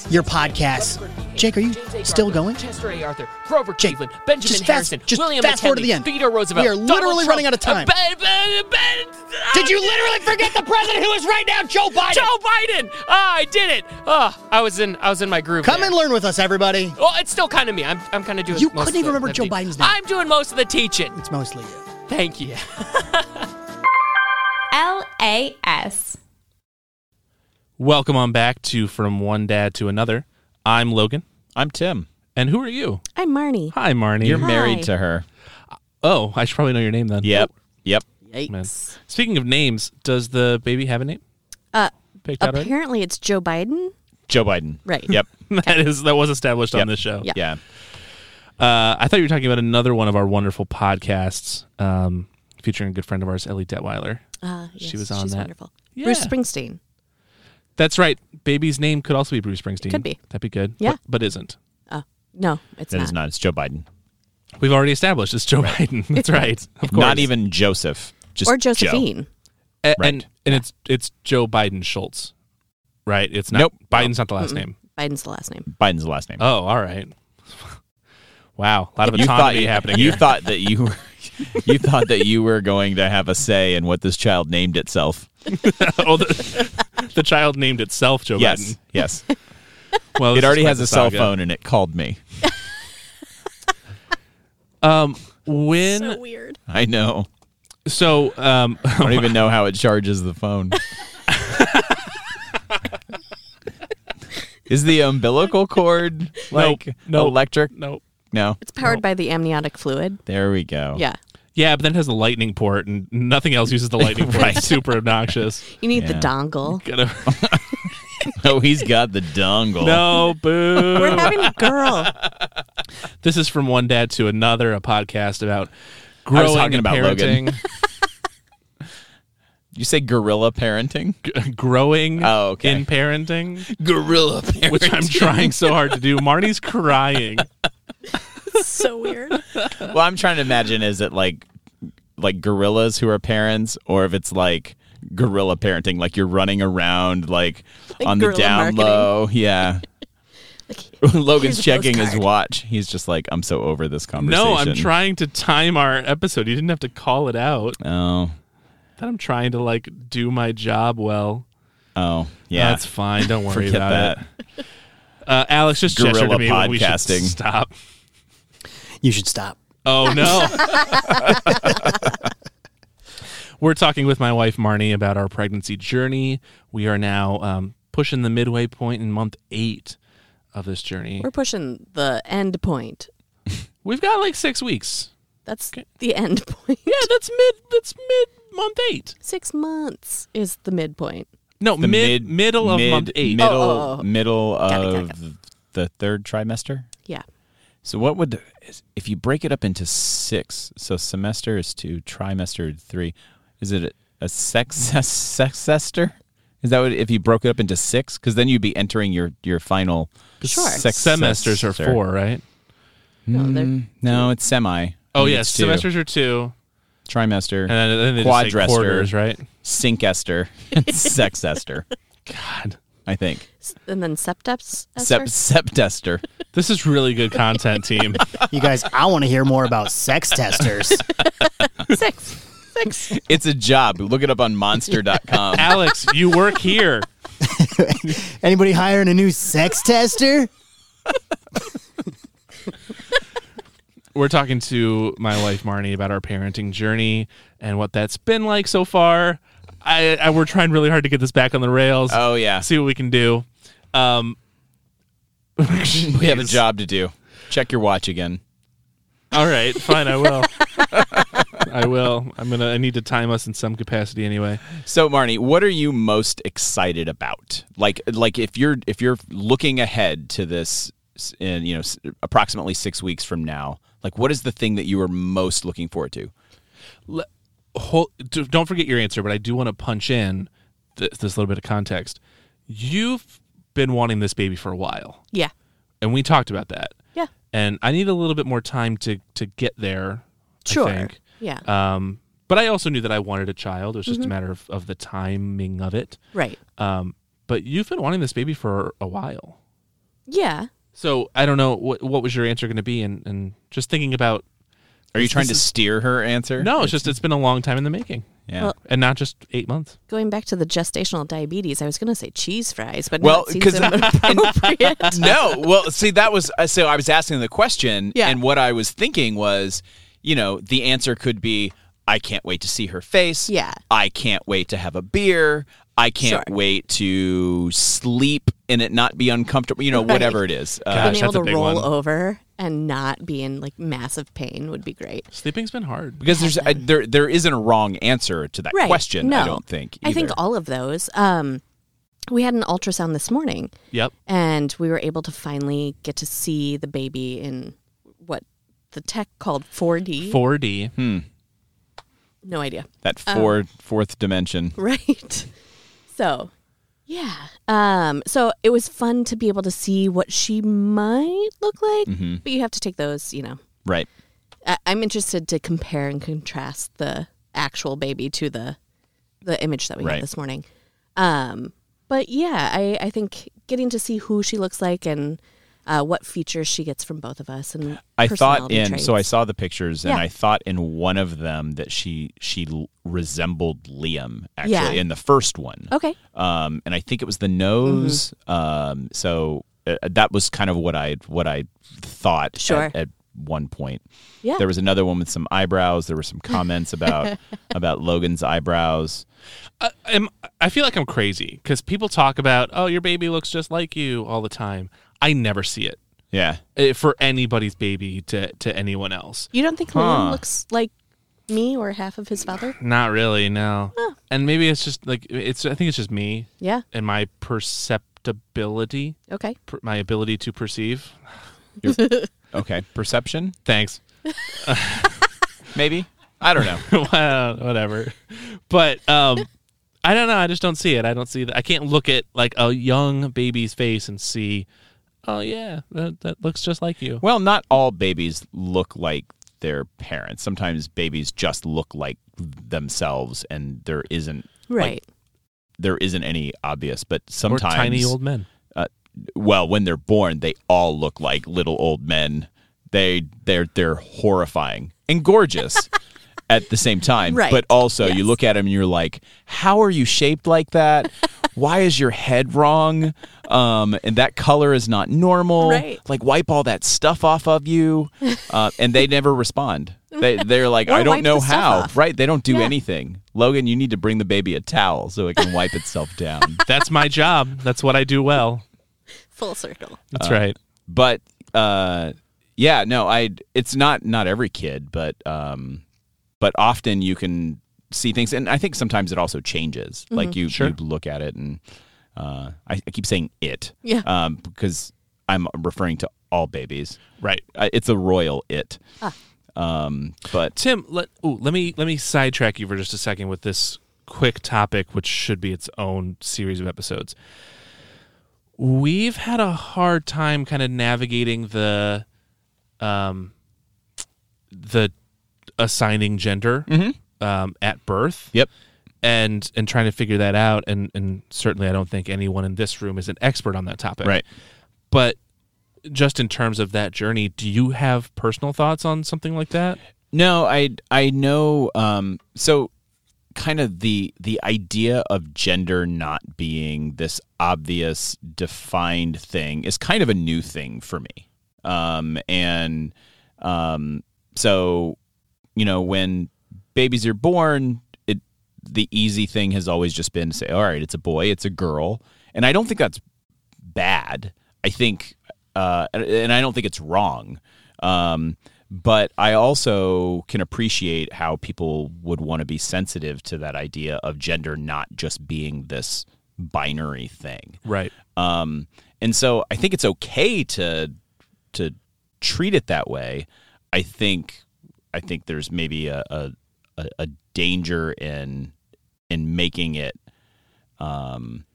Speaker 6: your podcasts. Jake, are you
Speaker 7: James A.
Speaker 6: still
Speaker 7: Garfield,
Speaker 6: going?
Speaker 7: Chester A. Arthur, Grover
Speaker 6: Jake,
Speaker 7: Cleveland, Benjamin
Speaker 6: just fast-
Speaker 7: Harrison,
Speaker 6: just
Speaker 7: William
Speaker 6: fast
Speaker 7: F.
Speaker 6: forward to the
Speaker 7: Kennedy,
Speaker 6: end.
Speaker 7: Theodore Roosevelt.
Speaker 6: We are
Speaker 7: Donald
Speaker 6: literally
Speaker 7: Trump,
Speaker 6: running out of
Speaker 7: uh,
Speaker 6: time.
Speaker 7: Ben- Ben- Ben-
Speaker 6: Did you literally forget the president who is right now, Joe
Speaker 7: [LAUGHS]
Speaker 6: Biden?
Speaker 7: Joe Biden! Ah, I did it! Ah, I was in I was in my groove.
Speaker 6: Come
Speaker 7: there.
Speaker 6: and learn with us, everybody.
Speaker 2: Oh,
Speaker 7: Well, it's still kind of me. I'm, I'm kind of doing.
Speaker 6: You
Speaker 7: most
Speaker 6: couldn't
Speaker 7: of the-
Speaker 6: even remember
Speaker 7: the
Speaker 6: Joe
Speaker 7: teaching.
Speaker 6: Biden's name.
Speaker 7: I'm doing most of the teaching.
Speaker 6: It's mostly you.
Speaker 7: Thank you.
Speaker 8: LAS.
Speaker 2: Welcome on back to From One Dad to Another. I'm Logan.
Speaker 3: I'm Tim.
Speaker 2: And who are you?
Speaker 5: I'm Marnie.
Speaker 2: Hi, Marnie.
Speaker 3: You're
Speaker 5: Hi.
Speaker 3: married to her.
Speaker 2: oh, I should probably know your name then.
Speaker 3: Yep. Yep.
Speaker 2: Man.
Speaker 5: Yikes.
Speaker 2: Speaking of names, does the baby have a name?
Speaker 5: Uh,
Speaker 2: Picked out already?
Speaker 5: apparently, it's Joe Biden.
Speaker 3: Joe Biden.
Speaker 5: Right.
Speaker 3: Yep.
Speaker 2: [LAUGHS] That is that was established
Speaker 3: Yep.
Speaker 2: on this show.
Speaker 5: [LAUGHS] Yeah.
Speaker 3: Yeah.
Speaker 2: Uh, I thought you were talking about another one of our wonderful podcasts, um, featuring a good friend of ours, Ellie Detweiler.
Speaker 5: Uh,
Speaker 2: She
Speaker 5: yes,
Speaker 2: was on
Speaker 5: she's
Speaker 2: that.
Speaker 5: Wonderful. Bruce Springsteen.
Speaker 2: That's right. Baby's name could also be Bruce Springsteen.
Speaker 5: Could be.
Speaker 2: That'd be good.
Speaker 5: Yeah.
Speaker 2: But, but isn't.
Speaker 5: Oh no, it's
Speaker 3: That
Speaker 5: not.
Speaker 3: is not. It's Joe Biden.
Speaker 2: We've already established it's Joe Biden. [LAUGHS] That's
Speaker 3: [LAUGHS]
Speaker 5: [LAUGHS]
Speaker 2: right. Of course.
Speaker 3: Not even Joseph. Just
Speaker 5: or
Speaker 3: Joe.
Speaker 5: Josephine.
Speaker 2: A-
Speaker 3: Right.
Speaker 2: And and it's it's Joe Biden Schultz. Right? It's not
Speaker 3: Nope.
Speaker 2: Biden's not the last name.
Speaker 5: Biden's the last name.
Speaker 3: Biden's the last name.
Speaker 2: Oh, all right. [LAUGHS] wow. A lot of
Speaker 3: you thought
Speaker 2: autonomy happening
Speaker 3: You
Speaker 2: here. [LAUGHS]
Speaker 3: thought that you were. You thought that you were going to have a say in what this child named itself.
Speaker 2: [LAUGHS] oh, the, the child named itself Joe
Speaker 3: Yes.
Speaker 2: Biden. [LAUGHS]
Speaker 3: Yes.
Speaker 2: Well, this is
Speaker 3: It already
Speaker 2: quite
Speaker 3: has
Speaker 2: the
Speaker 3: a cell
Speaker 2: saga.
Speaker 3: phone and it called me.
Speaker 2: Um, when
Speaker 9: So weird.
Speaker 3: I know.
Speaker 2: so um, [LAUGHS]
Speaker 3: I don't even know how it charges the phone. Is the umbilical cord like
Speaker 2: Nope. Nope.
Speaker 3: electric?
Speaker 2: no,
Speaker 3: No.
Speaker 5: It's powered by the amniotic fluid.
Speaker 3: There we go.
Speaker 5: Yeah,
Speaker 2: yeah, but then it has the lightning port, and nothing else uses the
Speaker 3: [LAUGHS]
Speaker 2: lightning port. It's super obnoxious.
Speaker 5: you need the
Speaker 3: Yeah.
Speaker 2: [LAUGHS]
Speaker 5: dongle.
Speaker 2: Gonna-
Speaker 3: Oh, he's got the dongle.
Speaker 2: [LAUGHS] no,
Speaker 5: We're
Speaker 2: boo.
Speaker 5: having a girl.
Speaker 2: [LAUGHS] this is from one dad to another, a podcast about
Speaker 3: was
Speaker 2: growing and
Speaker 3: talking about Logan. [LAUGHS]
Speaker 2: parenting,
Speaker 3: You say gorilla parenting?
Speaker 2: g- growing
Speaker 3: Oh, okay.
Speaker 2: in
Speaker 3: [LAUGHS]
Speaker 2: parenting,
Speaker 3: Gorilla parenting.
Speaker 2: which I'm trying so hard to do. Marnie's
Speaker 3: [LAUGHS]
Speaker 2: crying.
Speaker 9: So weird.
Speaker 3: well, I'm trying to imagine is it like like gorillas who are parents or if it's like gorilla parenting like you're running around like, on the
Speaker 5: guerrilla
Speaker 3: down
Speaker 5: marketing.
Speaker 3: low. Yeah. Logan's [LAUGHS]
Speaker 5: here's a
Speaker 3: checking his
Speaker 5: postcard.
Speaker 3: watch. He's just like, I'm so over this conversation.
Speaker 2: No, I'm trying to time our episode. You didn't have to call it out.
Speaker 3: Oh,
Speaker 2: That I'm trying to like do my job well.
Speaker 3: oh, yeah.
Speaker 2: that's fine. Don't worry
Speaker 3: Forget
Speaker 2: about
Speaker 3: that.
Speaker 2: it. Uh, Alex just gestured
Speaker 3: Guerrilla
Speaker 2: to me when we should
Speaker 3: podcasting.
Speaker 2: stop.
Speaker 6: You should stop.
Speaker 2: Oh
Speaker 3: [LAUGHS]
Speaker 2: no. We're talking with my wife Marnie about our pregnancy journey. We are now um, pushing the midway point in month eight of this journey.
Speaker 5: We're pushing the end point.
Speaker 2: We've got like six weeks.
Speaker 5: That's the end [LAUGHS] point.
Speaker 2: Yeah, that's mid. That's mid month eight.
Speaker 5: Six months is the midpoint.
Speaker 2: No,
Speaker 3: The
Speaker 2: mid, middle of
Speaker 3: mid-
Speaker 2: month eight.
Speaker 3: Middle,
Speaker 5: Oh, oh, oh.
Speaker 3: middle
Speaker 5: Got it, got
Speaker 3: of
Speaker 5: it, got
Speaker 3: the third trimester.
Speaker 5: Yeah.
Speaker 3: So what would is- if you break it up into six? So semester is two, trimester is three. Is it a, a sex [LAUGHS] sexester? Is that what if you broke it up into six? Because then you'd be entering your your final
Speaker 5: Sure.
Speaker 3: sexester.
Speaker 2: Semesters are four, right?
Speaker 5: No, they're-
Speaker 3: Mm, no, it's semi.
Speaker 2: Oh,
Speaker 3: I think
Speaker 2: yeah.
Speaker 3: it's two.
Speaker 2: Semesters are two.
Speaker 3: trimester,
Speaker 2: And then- then they just say
Speaker 3: quadrester,
Speaker 2: quarters, right?
Speaker 3: Syncester, [LAUGHS] and sexester.
Speaker 2: God.
Speaker 3: I think
Speaker 5: and then septeps.
Speaker 3: Sep- septester.
Speaker 2: This is really good content,
Speaker 3: [LAUGHS]
Speaker 2: team.
Speaker 6: You guys, I want to hear more about
Speaker 2: [LAUGHS]
Speaker 6: sex testers.
Speaker 5: Six.
Speaker 3: [LAUGHS]
Speaker 5: Six.
Speaker 3: It's a job. Look it up
Speaker 2: [LAUGHS]
Speaker 3: on monster.com.
Speaker 2: Alex, you work here.
Speaker 6: Anybody hiring a new sex tester?
Speaker 2: We're talking to my wife Marnie about our parenting journey and what that's been like so far. I, I we're trying really hard to get this back on the rails.
Speaker 3: Oh yeah,
Speaker 2: See what we can do. Um,
Speaker 3: we have a job to do. Check your watch again.
Speaker 2: All right, fine. I will. [LAUGHS] I will. I'm gonna. I need to time us in some capacity anyway.
Speaker 3: So Marnie, what are you most excited about? Like like if you're if you're looking ahead to this s- in you know s- approximately 6 weeks from now, like what is the thing that you are most looking forward to?
Speaker 2: Le- hol- d don't forget your answer, but I do want to punch in th- this little bit of context. You've been wanting this baby for a while,
Speaker 5: Yeah.
Speaker 2: and we talked about that.
Speaker 5: Yeah.
Speaker 2: And I need a little bit more time to to get there.
Speaker 5: Sure.
Speaker 2: I think.
Speaker 5: Yeah.
Speaker 3: Uh,
Speaker 2: Um, but I also knew that I wanted a child. It was just a matter of, of the timing of it.
Speaker 5: right.
Speaker 2: Um, but you've been wanting this baby for a while.
Speaker 5: Yeah.
Speaker 2: So I don't know what what was your answer going to be, and and just thinking about
Speaker 3: Are you
Speaker 2: This-
Speaker 3: trying
Speaker 2: this
Speaker 3: to
Speaker 2: is-
Speaker 3: steer her answer?
Speaker 2: no, it's just it's been a long time in the making,
Speaker 3: Yeah.
Speaker 5: Well-
Speaker 2: and not just eight months.
Speaker 5: Going back to the gestational diabetes, I was going to say cheese fries, but
Speaker 3: Well,
Speaker 5: well, no, it seems
Speaker 3: 'cause- [LAUGHS] [LAUGHS]
Speaker 5: inappropriate.
Speaker 3: no. Well, see, that was uh, so. I was asking the question,
Speaker 5: Yeah.
Speaker 3: and what I was thinking was, you know, the answer could be, I can't wait to see her face.
Speaker 5: Yeah.
Speaker 3: I can't wait to have a beer. I can't
Speaker 5: Sure.
Speaker 3: wait to sleep and it not be uncomfortable. You know, whatever it is. Uh,
Speaker 2: Gosh,
Speaker 5: Being able
Speaker 2: that's a
Speaker 5: to
Speaker 2: big
Speaker 5: roll
Speaker 2: one.
Speaker 5: over and not be in like massive pain would be great.
Speaker 2: Sleeping's been hard.
Speaker 3: because there's I, there there isn't a wrong answer to that
Speaker 5: Right.
Speaker 3: question.
Speaker 5: No.
Speaker 3: I don't think.
Speaker 5: I think
Speaker 3: either.
Speaker 5: all of those. Um, we had an ultrasound this morning,
Speaker 2: Yep.
Speaker 5: and we were able to finally get to see the baby in what the tech called 4D.
Speaker 2: 4D.
Speaker 5: No idea. [LAUGHS]
Speaker 3: that four, fourth dimension.
Speaker 5: Right. So, yeah. Um, so it was fun to be able to see what she might look like, but you have to take those, you know.
Speaker 3: Right.
Speaker 5: I- I'm interested to compare and contrast the actual baby to the the image that we
Speaker 3: Right.
Speaker 5: had this morning. Um, but yeah, I, I think getting to see who she looks like and uh, what features she gets from both of us and
Speaker 3: I thought
Speaker 5: personality
Speaker 3: in so I
Speaker 5: traits.
Speaker 3: saw the pictures and
Speaker 5: Yeah.
Speaker 3: I thought in one of them that she she l- resembled Liam actually
Speaker 5: Yeah.
Speaker 3: in the first one.
Speaker 5: okay,
Speaker 3: Um and I think it was the nose.
Speaker 5: Mm-hmm.
Speaker 3: Um so uh, that was kind of what I what I thought at-
Speaker 5: Sure.
Speaker 3: at, one point.
Speaker 5: Yeah.
Speaker 3: There was another one with some eyebrows, there were some comments
Speaker 5: [LAUGHS]
Speaker 3: about about Logan's eyebrows.
Speaker 2: I, am I feel like I'm crazy because people talk about oh your baby looks just like you all the time. I never see it
Speaker 3: Yeah.
Speaker 2: eh, for anybody's baby to to anyone else.
Speaker 5: you don't think Liam looks like me or half of his father?
Speaker 2: Not really, no. And maybe it's just like it's. I think it's just me
Speaker 5: Yeah.
Speaker 2: and my perceptibility,
Speaker 5: Okay.
Speaker 2: per, my ability to perceive.
Speaker 3: Okay. Perception?
Speaker 2: Thanks.
Speaker 3: Maybe? I don't know.
Speaker 2: [LAUGHS] Well, whatever. But um, I don't know. I just don't see it. I don't see that. I can't look at like a young baby's face and see, oh yeah, that, that looks just like you.
Speaker 3: Well, not all babies look like their parents. Sometimes babies just look like themselves, and there isn't
Speaker 5: Right.
Speaker 3: there isn't any obvious. But
Speaker 2: Or
Speaker 3: sometimes,
Speaker 2: tiny old men.
Speaker 3: uh, well, when they're born, they all look like little old men. They they're they're horrifying and
Speaker 5: [LAUGHS]
Speaker 3: gorgeous. At the same time,
Speaker 5: Right.
Speaker 3: but also you
Speaker 5: Yes.
Speaker 3: look at them and you're like, "How are you shaped like that? why is your head wrong? Um, and that color is not normal.
Speaker 5: Right.
Speaker 3: Like, wipe all that stuff off of you."
Speaker 5: [LAUGHS]
Speaker 3: Uh, and they never respond. They they're like,
Speaker 5: Or
Speaker 3: "I don't
Speaker 5: wipe
Speaker 3: know
Speaker 5: the stuff
Speaker 3: how."
Speaker 5: off.
Speaker 3: Right? They don't do
Speaker 5: Yeah.
Speaker 3: anything. Logan, you need to bring the baby a towel so it can wipe itself
Speaker 5: [LAUGHS]
Speaker 3: down.
Speaker 2: [LAUGHS] That's my job. That's what I do well.
Speaker 5: Full circle.
Speaker 2: That's right.
Speaker 3: but uh yeah no i it's not not every kid but um but often you can see things and i think sometimes it also changes like you,
Speaker 2: Sure.
Speaker 3: you look at it and uh I, I keep saying it
Speaker 5: Yeah.
Speaker 3: um because i'm referring to all babies
Speaker 2: Right.
Speaker 3: Uh, it's a royal it um but
Speaker 2: Tim, let ooh, let me let me sidetrack you for just a second with this quick topic, which should be its own series of episodes. We've had a hard time kind of navigating the um, the assigning gender um, at birth.
Speaker 3: Mm-hmm. Yep.
Speaker 2: And and trying to figure that out, and and certainly I don't think anyone in this room is an expert on that topic.
Speaker 3: Right.
Speaker 2: But just in terms of that journey, do you have personal thoughts on something like that?
Speaker 3: No, I I know. Um, so, kind of the the idea of gender not being this obvious defined thing is kind of a new thing for me. Um, and um, so, you know, when babies are born, it the easy thing has always just been to say, all right, it's a boy, it's a girl, and I don't think that's bad. I think, uh, and- and I don't think it's wrong. Um, but I also can appreciate how people would want to be sensitive to that idea of gender not just being this binary thing.
Speaker 2: Right.
Speaker 3: Um, and so I think it's okay to to treat it that way. I think I think there's maybe a a, a- a danger in in making it um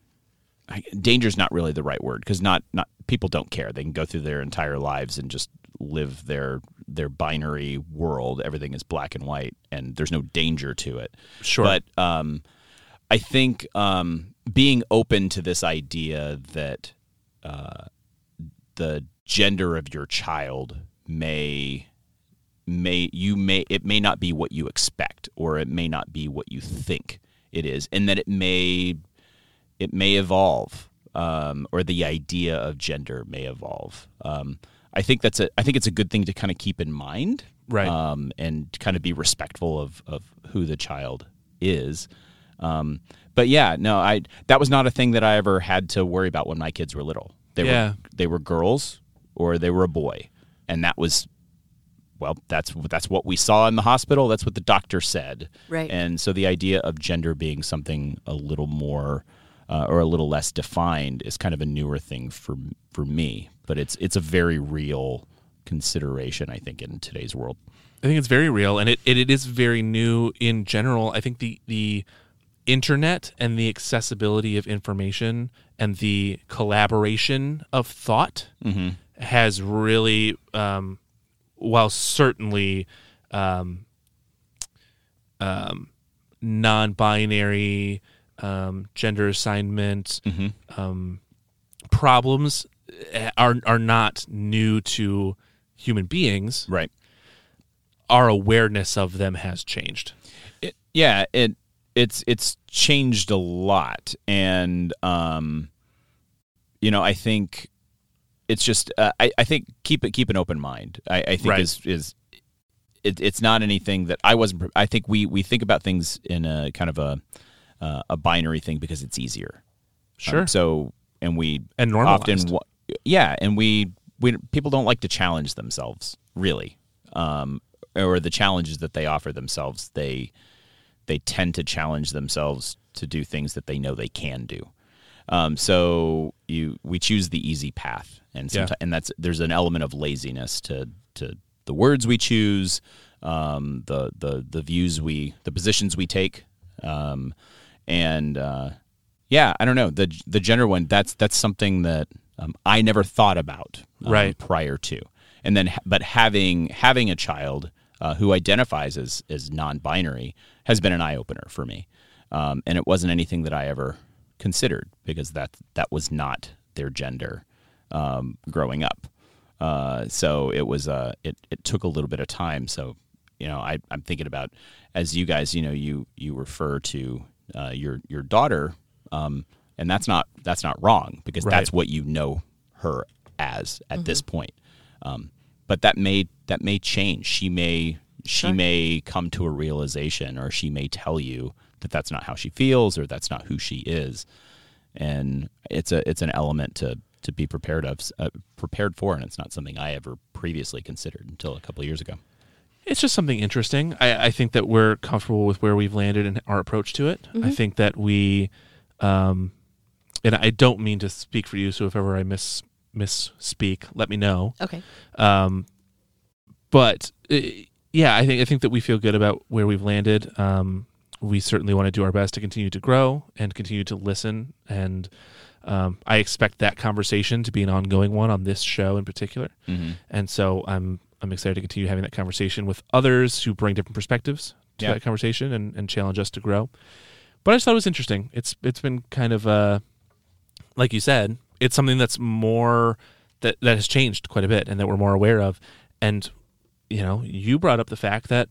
Speaker 3: danger's not really the right word because not not people don't care they can go through their entire lives and just live their their binary world everything is black and white and there's no danger to it
Speaker 2: Sure.
Speaker 3: but um i think um being open to this idea that uh the gender of your child may may you may it may not be what you expect or it may not be what you think it is and that it may it may evolve um, or the idea of gender may evolve um, i think that's a i think it's a good thing to kind of keep in mind
Speaker 2: Right.
Speaker 3: um, and to kind of be respectful of of who the child is um, but yeah no i that was not a thing that i ever had to worry about when my kids were little they
Speaker 2: Yeah.
Speaker 3: were they were girls or they were a boy and that was well that's that's what we saw in the hospital that's what the doctor said
Speaker 5: Right.
Speaker 3: and so the idea of gender being something a little more uh, or a little less defined is kind of a newer thing for for me but it's it's a very real consideration i think in today's world
Speaker 2: I think it's very real, and it, it, it is very new in general. I think the the internet and the accessibility of information and the collaboration of thought has really, um, while certainly um, um, non-binary um, gender assignment um, problems eh, are are not new to human beings
Speaker 3: right
Speaker 2: our awareness of them has changed.
Speaker 3: it, yeah it it's it's changed a lot and um you know i think it's just uh, I, I think keep it keep an open mind i, I think
Speaker 2: Right.
Speaker 3: is is it, it's not anything that i wasn't pre- i think we we think about things in a kind of a uh, a binary thing because it's easier Um,
Speaker 2: Sure.
Speaker 3: so and we
Speaker 2: And normalized.
Speaker 3: often wa- yeah and we we people don't like to challenge themselves really um or the challenges that they offer themselves they they tend to challenge themselves to do things that they know they can do. Um, so you we choose the easy path, and
Speaker 2: Yeah.
Speaker 3: sometimes, and that's there's an element of laziness to to the words we choose, um, the the the views we the positions we take, um, and uh, yeah, I don't know the the gender one. That's that's something that um, I never thought about um,
Speaker 2: Right.
Speaker 3: prior to, and then ha- but having having a child uh, who identifies as as non-binary has been an eye opener for me, um, and it wasn't anything that I ever considered because that that was not their gender um, growing up. Uh, so it was uh, it it took a little bit of time. So you know, I, I'm thinking about as you guys, you know, you you refer to uh, your your daughter, um, and that's not that's not wrong because
Speaker 2: Right.
Speaker 3: that's what you know her as at this point. Um, but that may that may change. She may she may come to a realization, or she may tell you that that's not how she feels, or that's not who she is. And it's a it's an element to to be prepared of uh, prepared for, and it's not something I ever previously considered until a couple of years ago.
Speaker 2: It's just something interesting. I, I think that we're comfortable with where we've landed and our approach to it. I think that we, um, and I don't mean to speak for you, so if ever I miss misspeak, let me know.
Speaker 5: Okay.
Speaker 2: Um, but uh, yeah, I think I think that we feel good about where we've landed. Um, we certainly want to do our best to continue to grow and continue to listen, and um, I expect that conversation to be an ongoing one on this show in particular. And so I'm I'm excited to continue having that conversation with others who bring different perspectives to
Speaker 3: Yeah.
Speaker 2: that conversation and, and challenge us to grow. But I just thought it was interesting. It's it's been kind of uh, like you said, it's something that's more that that has changed quite a bit and that we're more aware of. And you know, you brought up the fact that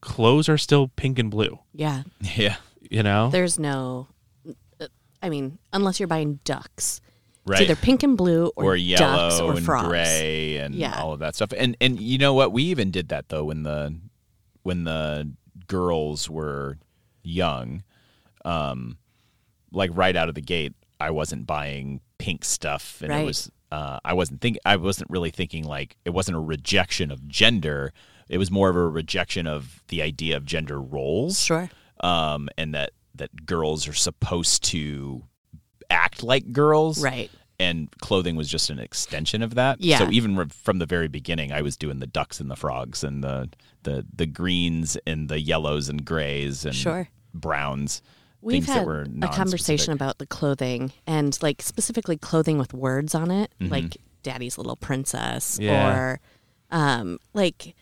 Speaker 2: clothes are still pink and blue.
Speaker 5: Yeah.
Speaker 3: [LAUGHS] Yeah.
Speaker 2: You know,
Speaker 5: There's no, I mean, unless you're buying ducks.
Speaker 3: Right.
Speaker 5: It's either pink and blue or,
Speaker 3: or yellow
Speaker 5: ducks or
Speaker 3: and
Speaker 5: frogs.
Speaker 3: gray and
Speaker 5: Yeah.
Speaker 3: all of that stuff. And and you know what? We even did that though when the when the girls were young, um, like right out of the gate, I wasn't buying pink stuff, and
Speaker 5: Right.
Speaker 3: it was uh, I wasn't think I wasn't really thinking like it wasn't a rejection of gender. It was more of a rejection of the idea of gender roles
Speaker 5: Sure.
Speaker 3: um, and that that girls are supposed to act like girls,
Speaker 5: Right.
Speaker 3: And clothing was just an extension of that.
Speaker 5: Yeah.
Speaker 3: So even re- from the very beginning, I was doing the ducks and the frogs and the the the greens and the yellows and grays and
Speaker 5: Sure.
Speaker 3: browns.
Speaker 5: We've
Speaker 3: things
Speaker 5: had
Speaker 3: that were
Speaker 5: a conversation
Speaker 3: non-specific.
Speaker 5: about the clothing and like specifically clothing with words on it,
Speaker 3: Mm-hmm.
Speaker 5: like Daddy's Little Princess
Speaker 2: Yeah.
Speaker 5: or um, like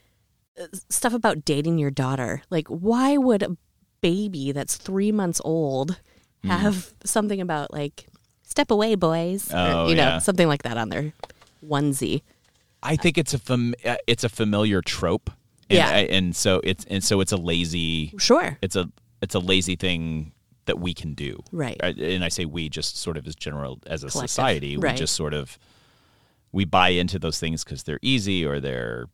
Speaker 5: uh, stuff about dating your daughter. Like, why would a baby that's three months old
Speaker 3: Hmm.
Speaker 5: have something about like step away, boys,
Speaker 3: Oh,
Speaker 5: or you know,
Speaker 3: yeah.
Speaker 5: something like that on their onesie?
Speaker 3: I think it's a fam- uh, it's a familiar trope. And,
Speaker 5: Yeah.
Speaker 3: I- and so it's and so it's a lazy
Speaker 5: Sure.
Speaker 3: it's a it's a lazy thing that we can do
Speaker 5: Right.
Speaker 3: I- and i say we just sort of as general as a
Speaker 5: Collective.
Speaker 3: society
Speaker 5: Right.
Speaker 3: we just sort of we buy into those things because they're easy or they're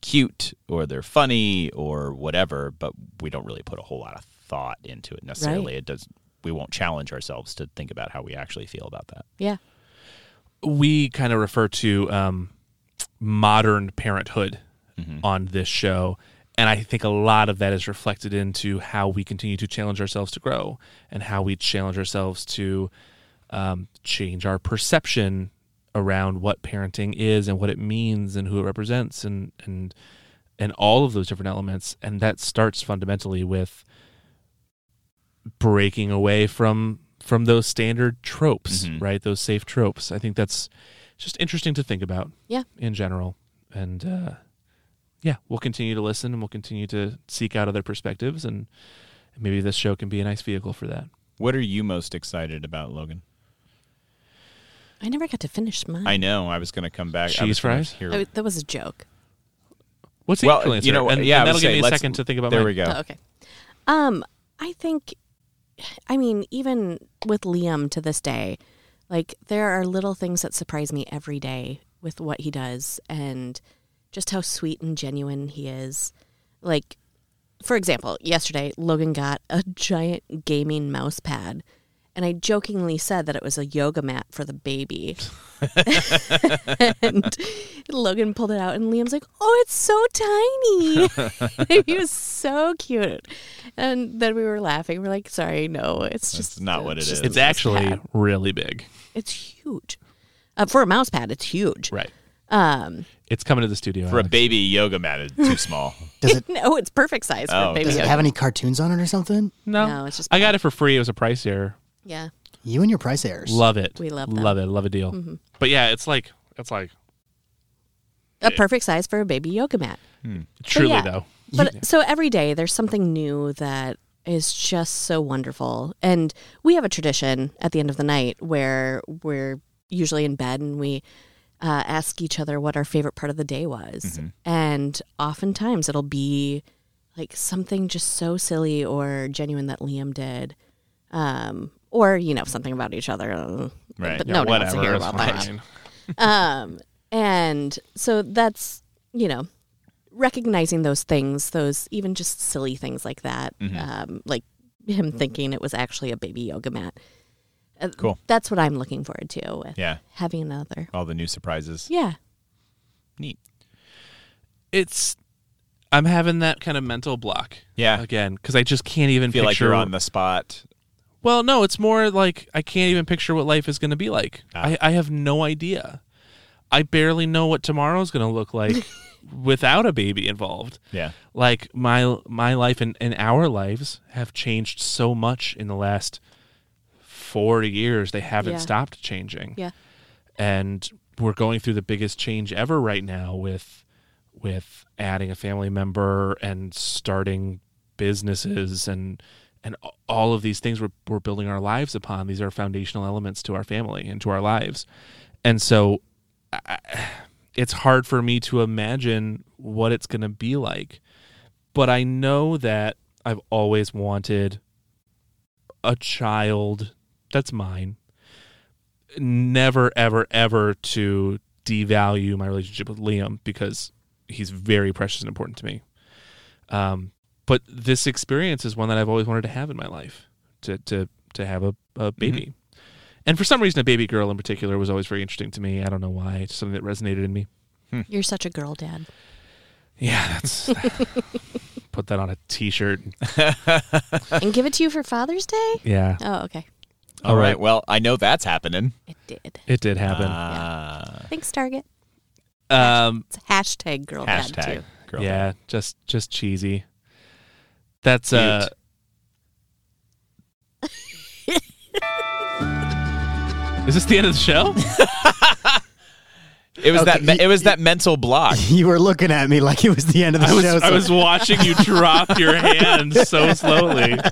Speaker 3: cute or they're funny or whatever but we don't really put a whole lot of thought into it necessarily it does we won't challenge ourselves to think about how we actually feel about that
Speaker 5: Yeah.
Speaker 2: we kind of refer to um, modern parenthood
Speaker 3: Mm-hmm. Uh,
Speaker 2: on this show. And I think a lot of that is reflected into how we continue to challenge ourselves to grow and how we challenge ourselves to um, change our perception around what parenting is and what it means and who it represents and and and all of those different elements. And that starts fundamentally with breaking away from from those standard tropes,
Speaker 3: Mm-hmm.
Speaker 2: right? Those safe tropes. I think that's just interesting to think about.
Speaker 5: Yeah.
Speaker 2: In general, and uh, yeah, we'll continue to listen and we'll continue to seek out other perspectives, and maybe this show can be a nice vehicle for that.
Speaker 3: what are you most excited about logan
Speaker 5: Mm-hmm. I never got to finish mine.
Speaker 3: i know i was going to come back I
Speaker 2: Cheese
Speaker 3: was gonna
Speaker 2: fries?
Speaker 3: hear-
Speaker 5: I- that was a joke.
Speaker 2: What's the
Speaker 3: Well,
Speaker 2: actual
Speaker 3: you
Speaker 2: answer?
Speaker 3: know what-
Speaker 2: and,
Speaker 3: yeah,
Speaker 2: and
Speaker 3: I
Speaker 2: that'll
Speaker 3: was
Speaker 2: give
Speaker 3: saying,
Speaker 2: me a
Speaker 3: let's-
Speaker 2: second to think about.
Speaker 3: there
Speaker 2: mine.
Speaker 3: we go
Speaker 5: Oh, okay. Um, I think, I mean, even with Liam to this day, like there are little things that surprise me every day with what he does and just how sweet and genuine he is. Like, for example, yesterday Logan got a giant gaming mouse pad. And I jokingly said that it was a yoga mat for the baby. and Logan pulled it out, and Liam's like, Oh, it's so tiny. [LAUGHS] he was so cute. And then we were laughing. We're like, Sorry, no, it's just
Speaker 3: it's not what it is
Speaker 2: It's actually really big,
Speaker 5: it's huge. Uh, for a mouse pad, it's huge.
Speaker 2: right?
Speaker 5: Um,
Speaker 2: It's coming to the studio
Speaker 3: for a
Speaker 2: Alex.
Speaker 3: baby yoga mat it's too [LAUGHS] small
Speaker 6: Does
Speaker 5: [LAUGHS]
Speaker 6: it
Speaker 5: no, it's perfect size for
Speaker 3: Oh,
Speaker 5: a baby.
Speaker 6: does it
Speaker 5: yoga.
Speaker 6: have any cartoons on it or something?
Speaker 2: No,
Speaker 5: No, it's just-
Speaker 2: I got it for free. It was a price error.
Speaker 5: yeah,
Speaker 6: You and your price errors.
Speaker 2: Love it.
Speaker 5: We love them. Mm-hmm.
Speaker 2: love it. Love a deal. But yeah, it's like it's like
Speaker 5: a perfect size for a baby yoga mat.
Speaker 2: truly
Speaker 5: yeah.
Speaker 2: though.
Speaker 5: But so every day there's something new that is just so wonderful. And we have a tradition at the end of the night where we're usually in bed and we uh, ask each other what our favorite part of the day was.
Speaker 3: Mm-hmm.
Speaker 5: And oftentimes it'll be like something just so silly or genuine that Liam did. Um, or, you know, something about each other. Uh,
Speaker 3: Right.
Speaker 5: But
Speaker 3: Yeah,
Speaker 5: no one wants to hear
Speaker 2: it's
Speaker 5: about that
Speaker 2: fine.
Speaker 5: um, and so that's you know recognizing those things those even just silly things like that
Speaker 3: Mm-hmm.
Speaker 5: um, like him thinking it was actually a baby yoga mat Uh,
Speaker 3: Cool.
Speaker 5: that's what i'm looking forward to with
Speaker 3: yeah
Speaker 5: having another
Speaker 3: all the new surprises
Speaker 5: yeah
Speaker 3: neat
Speaker 2: It's I'm having that kind of mental block.
Speaker 3: Yeah.
Speaker 2: Again, because I just can't even
Speaker 3: feel like
Speaker 2: picture
Speaker 3: you're on the spot
Speaker 2: Well, no, it's more like I can't even picture what life is going to be like. I, I have no idea. I barely know what tomorrow's going to look
Speaker 5: [LAUGHS]
Speaker 2: like without a baby involved.
Speaker 3: Yeah.
Speaker 2: Like my my life and, and our lives have changed so much in the last 40 years. They haven't
Speaker 5: Yeah.
Speaker 2: stopped changing.
Speaker 5: yeah
Speaker 2: And we're going through the biggest change ever right now with with adding a family member and starting businesses and and all of these things we're, we're building our lives upon these are foundational elements to our family and to our lives and so I, it's hard for me to imagine what it's going to be like but i know that i've always wanted a child that's mine never ever ever to devalue my relationship with liam because he's very precious and important to me um, but this experience is one that I've always wanted to have in my life to to to have a, a baby. And for some reason, a baby girl in particular was always very interesting to me. I don't know why. It's something that resonated in me.
Speaker 5: You're such a girl
Speaker 3: [LAUGHS]
Speaker 5: dad.
Speaker 2: Yeah, that's [LAUGHS] put that on a T-shirt.
Speaker 5: and give it to you for Father's Day?
Speaker 2: Yeah.
Speaker 5: Oh, okay.
Speaker 3: All right. Well, I know that's happening.
Speaker 5: It did.
Speaker 2: It did happen.
Speaker 3: Ah.
Speaker 5: Thanks, Target.
Speaker 2: um,
Speaker 5: It's hashtag girl dad,
Speaker 3: hashtag
Speaker 5: too.
Speaker 3: girl.
Speaker 2: yeah, just just cheesy. That's
Speaker 3: Cute.
Speaker 2: uh. Is this the end of the show?
Speaker 3: It was that.
Speaker 6: Okay,
Speaker 3: me-
Speaker 6: you-
Speaker 3: it was that mental [LAUGHS] block.
Speaker 6: You were looking at me like it was the end of the
Speaker 2: I was,
Speaker 6: show.
Speaker 2: I
Speaker 6: so-
Speaker 2: was watching you drop your hand so slowly.
Speaker 3: And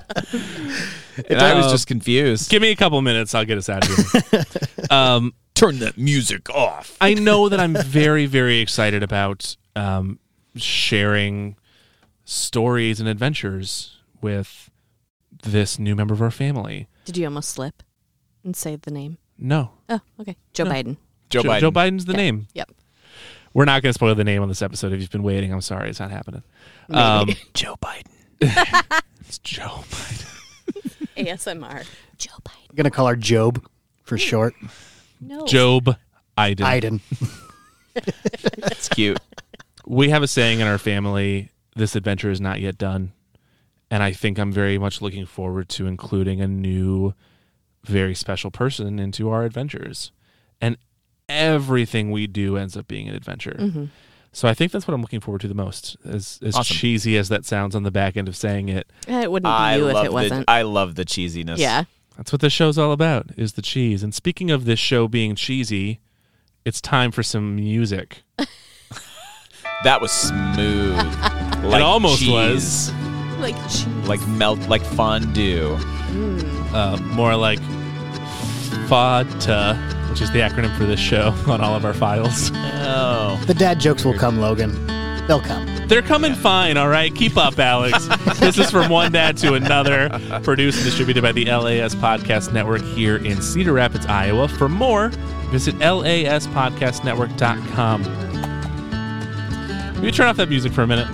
Speaker 3: I was
Speaker 2: Uh,
Speaker 3: just confused.
Speaker 2: Give me a couple minutes. I'll get us out of here. um,
Speaker 3: Turn that music off.
Speaker 2: I know that I'm very, very excited about um, sharing stories and adventures with this new member of our family.
Speaker 5: Did you almost slip and say the name?
Speaker 2: No,
Speaker 5: Oh, okay. Joe
Speaker 2: No.
Speaker 5: [LAUGHS] Biden.
Speaker 3: Joe, Biden.
Speaker 2: Joe Biden's the
Speaker 5: Yeah.
Speaker 2: name.
Speaker 5: Yep.
Speaker 2: We're not going to spoil the name on this episode. If you've been waiting, I'm sorry, it's not happening.
Speaker 5: [LAUGHS]
Speaker 2: Um,
Speaker 3: Joe Biden.
Speaker 2: [LAUGHS] it's Joe Biden.
Speaker 5: ASMR. Joe Biden.
Speaker 6: I'm gonna call her Job for short.
Speaker 5: [LAUGHS] No.
Speaker 2: Job Biden.
Speaker 6: Iden.
Speaker 3: It's [LAUGHS] cute.
Speaker 2: we have a saying in our family this adventure is not yet done and i think i'm very much looking forward to including a new very special person into our adventures and everything we do ends up being an adventure
Speaker 5: Mm-hmm.
Speaker 2: so i think that's what i'm looking forward to the most as, as
Speaker 3: Awesome.
Speaker 2: cheesy as that sounds on the back end of saying it
Speaker 5: Eh, It wouldn't be
Speaker 3: I
Speaker 5: you
Speaker 3: love
Speaker 5: if it
Speaker 3: the.
Speaker 5: wasn't.
Speaker 3: I love the cheesiness.
Speaker 5: yeah.
Speaker 2: that's what this show's all about is the cheese and speaking of this show being cheesy it's time for some music
Speaker 3: That was [LAUGHS] smooth. like
Speaker 2: it almost
Speaker 3: cheese.
Speaker 2: was
Speaker 5: Like, she-
Speaker 3: Like melt. Like fondue.
Speaker 2: uh, more like FATA, which is the acronym for this show [LAUGHS] on all of our files.
Speaker 3: Oh.
Speaker 6: The dad jokes will come, Logan. They'll come.
Speaker 2: They're coming fine, all right? Keep up, Alex. this is From One Dad to Another, produced and distributed by the LAS Podcast Network here in Cedar Rapids, Iowa. For more, visit laspodcastnetwork.com. Will you turn off that music for a minute? [LAUGHS]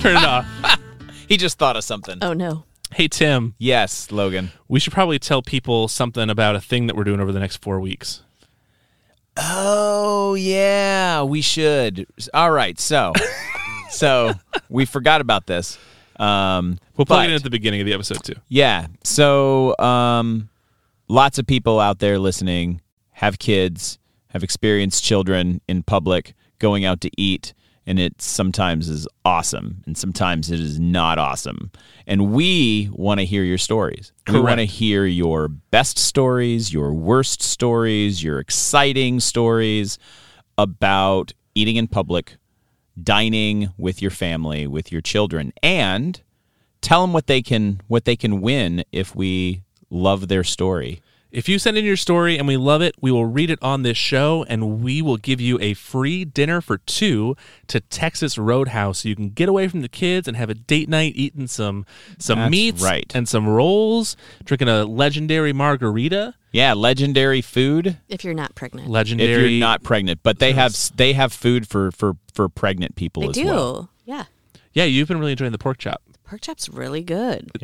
Speaker 2: turn it off.
Speaker 3: He just thought of something.
Speaker 5: oh, no.
Speaker 2: Hey, Tim,
Speaker 3: Yes, Logan.
Speaker 2: we should probably tell people something about a thing that we're doing over the next four weeks.
Speaker 3: Oh yeah, we should. All right, so, so we forgot about this. Um,
Speaker 2: We'll plug
Speaker 3: but-
Speaker 2: it in at the beginning of the episode, too.
Speaker 3: Yeah. So, um, lots of people out there listening have kids, have experienced children in public going out to eat, and it sometimes is awesome, and sometimes it is not awesome. And we want to hear your stories. We want to hear your best stories, your worst stories, your exciting stories about eating in public, dining with your family, with your children, and tell them what they can what they can win if we love their story.
Speaker 2: If you send in your story and we love it, we will read it on this show and we will give you a free dinner for two to Texas Roadhouse so you can get away from the kids and have a date night eating some some
Speaker 3: That's
Speaker 2: meats
Speaker 3: right.
Speaker 2: and some rolls, drinking a legendary margarita,
Speaker 3: Yeah, legendary food.
Speaker 5: If you're not pregnant.
Speaker 2: legendary
Speaker 3: If you're not pregnant, but they have they have food for for for pregnant people
Speaker 5: I
Speaker 3: as
Speaker 5: do.
Speaker 3: well.
Speaker 5: Yeah.
Speaker 2: Yeah, you've been really enjoying the pork chop.
Speaker 5: Pork chop's really good.
Speaker 2: [LAUGHS]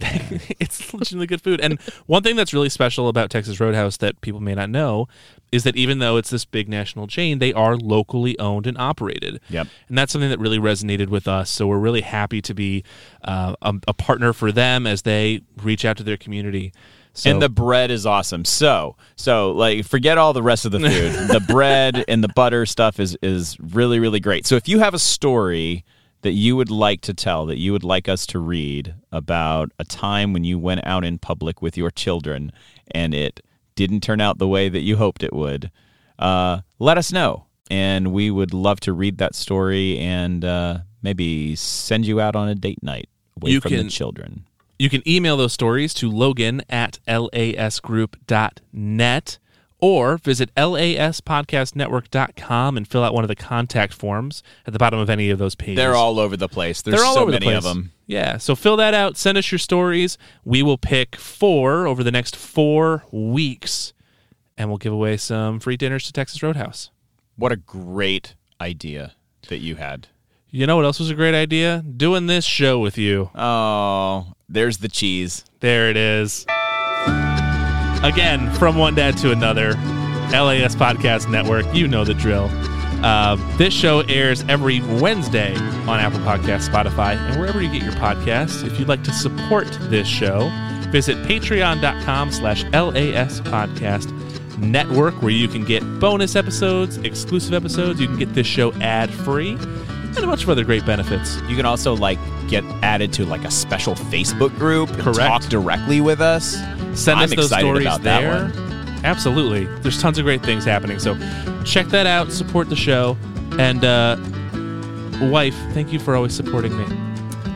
Speaker 2: it's legitimately good food. And one thing that's really special about Texas Roadhouse that people may not know is that even though it's this big national chain, they are locally owned and operated.
Speaker 3: Yep.
Speaker 2: And that's something that really resonated with us. So we're really happy to be uh, a, a partner for them as they reach out to their community. So
Speaker 3: And the bread is awesome. So, so like forget all the rest of [LAUGHS] the food. the bread and the butter stuff is is really really great. So if you have a story that you would like to tell that you would like us to read about a time when you went out in public with your children and it didn't turn out the way that you hoped it would, uh, let us know. And we would love to read that story and uh, maybe send you out on a date night away
Speaker 2: You
Speaker 3: from the
Speaker 2: can-
Speaker 3: children.
Speaker 2: You can email those stories to logan at lasgroup.net or visit laspodcastnetwork.com and fill out one of the contact forms at the bottom of any of those pages.
Speaker 3: They're all over the place. There's
Speaker 2: They're all
Speaker 3: so
Speaker 2: over the
Speaker 3: many of
Speaker 2: place.
Speaker 3: them.
Speaker 2: Yeah, so fill that out. Send us your stories. We will pick four over the next four weeks, and we'll give away some free dinners to Texas Roadhouse.
Speaker 3: What a great idea that you had.
Speaker 2: You know what else was a great idea? Doing this show with you.
Speaker 3: Oh, there's the cheese.
Speaker 2: There it is. Again, from one dad to another, LAS Podcast Network. You know the drill. Uh, this show airs every Wednesday on Apple Podcasts, Spotify, and wherever you get your podcasts. If you'd like to support this show, visit patreon.com slash LAS Podcast network where you can get bonus episodes, exclusive episodes. You can get this show ad free, and a bunch of other great benefits.
Speaker 3: You can also like get added to like a special Facebook group. and
Speaker 2: Correct.
Speaker 3: Talk directly with us.
Speaker 2: Send
Speaker 3: I'm
Speaker 2: us those
Speaker 3: excited
Speaker 2: stories
Speaker 3: about that
Speaker 2: there.
Speaker 3: one.
Speaker 2: Absolutely. There's tons of great things happening. So check that out, support the show, and uh, wife, thank you for always supporting me.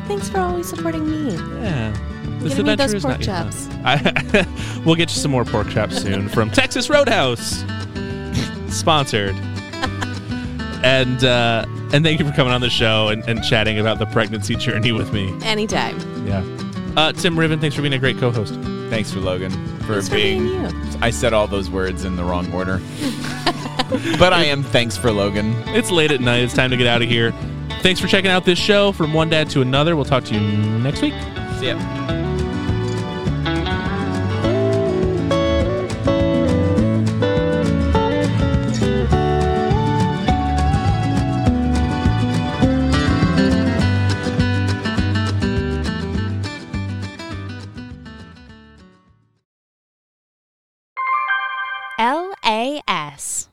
Speaker 5: Thanks for always supporting me.
Speaker 2: Yeah. This
Speaker 5: Gonna need
Speaker 2: adventure is
Speaker 5: those pork
Speaker 2: not yet
Speaker 5: chops.
Speaker 2: done. I, [LAUGHS] we'll get you some more pork chops soon
Speaker 5: [LAUGHS]
Speaker 2: from Texas Roadhouse, sponsored. And uh, and thank you for coming on the show and, and chatting about the pregnancy journey with me.
Speaker 5: Anytime.
Speaker 2: Yeah. Uh, Tim Riven, thanks for being a great co-host.
Speaker 3: Thanks for Logan for
Speaker 5: Thanks for
Speaker 3: being.
Speaker 5: being you.
Speaker 3: I said all those words in the wrong order. [LAUGHS] but I am thanks for Logan.
Speaker 2: It's late at night. It's time to get out of here. Thanks for checking out this show from one dad to another. We'll talk to you next week.
Speaker 3: See ya.
Speaker 1: LAS.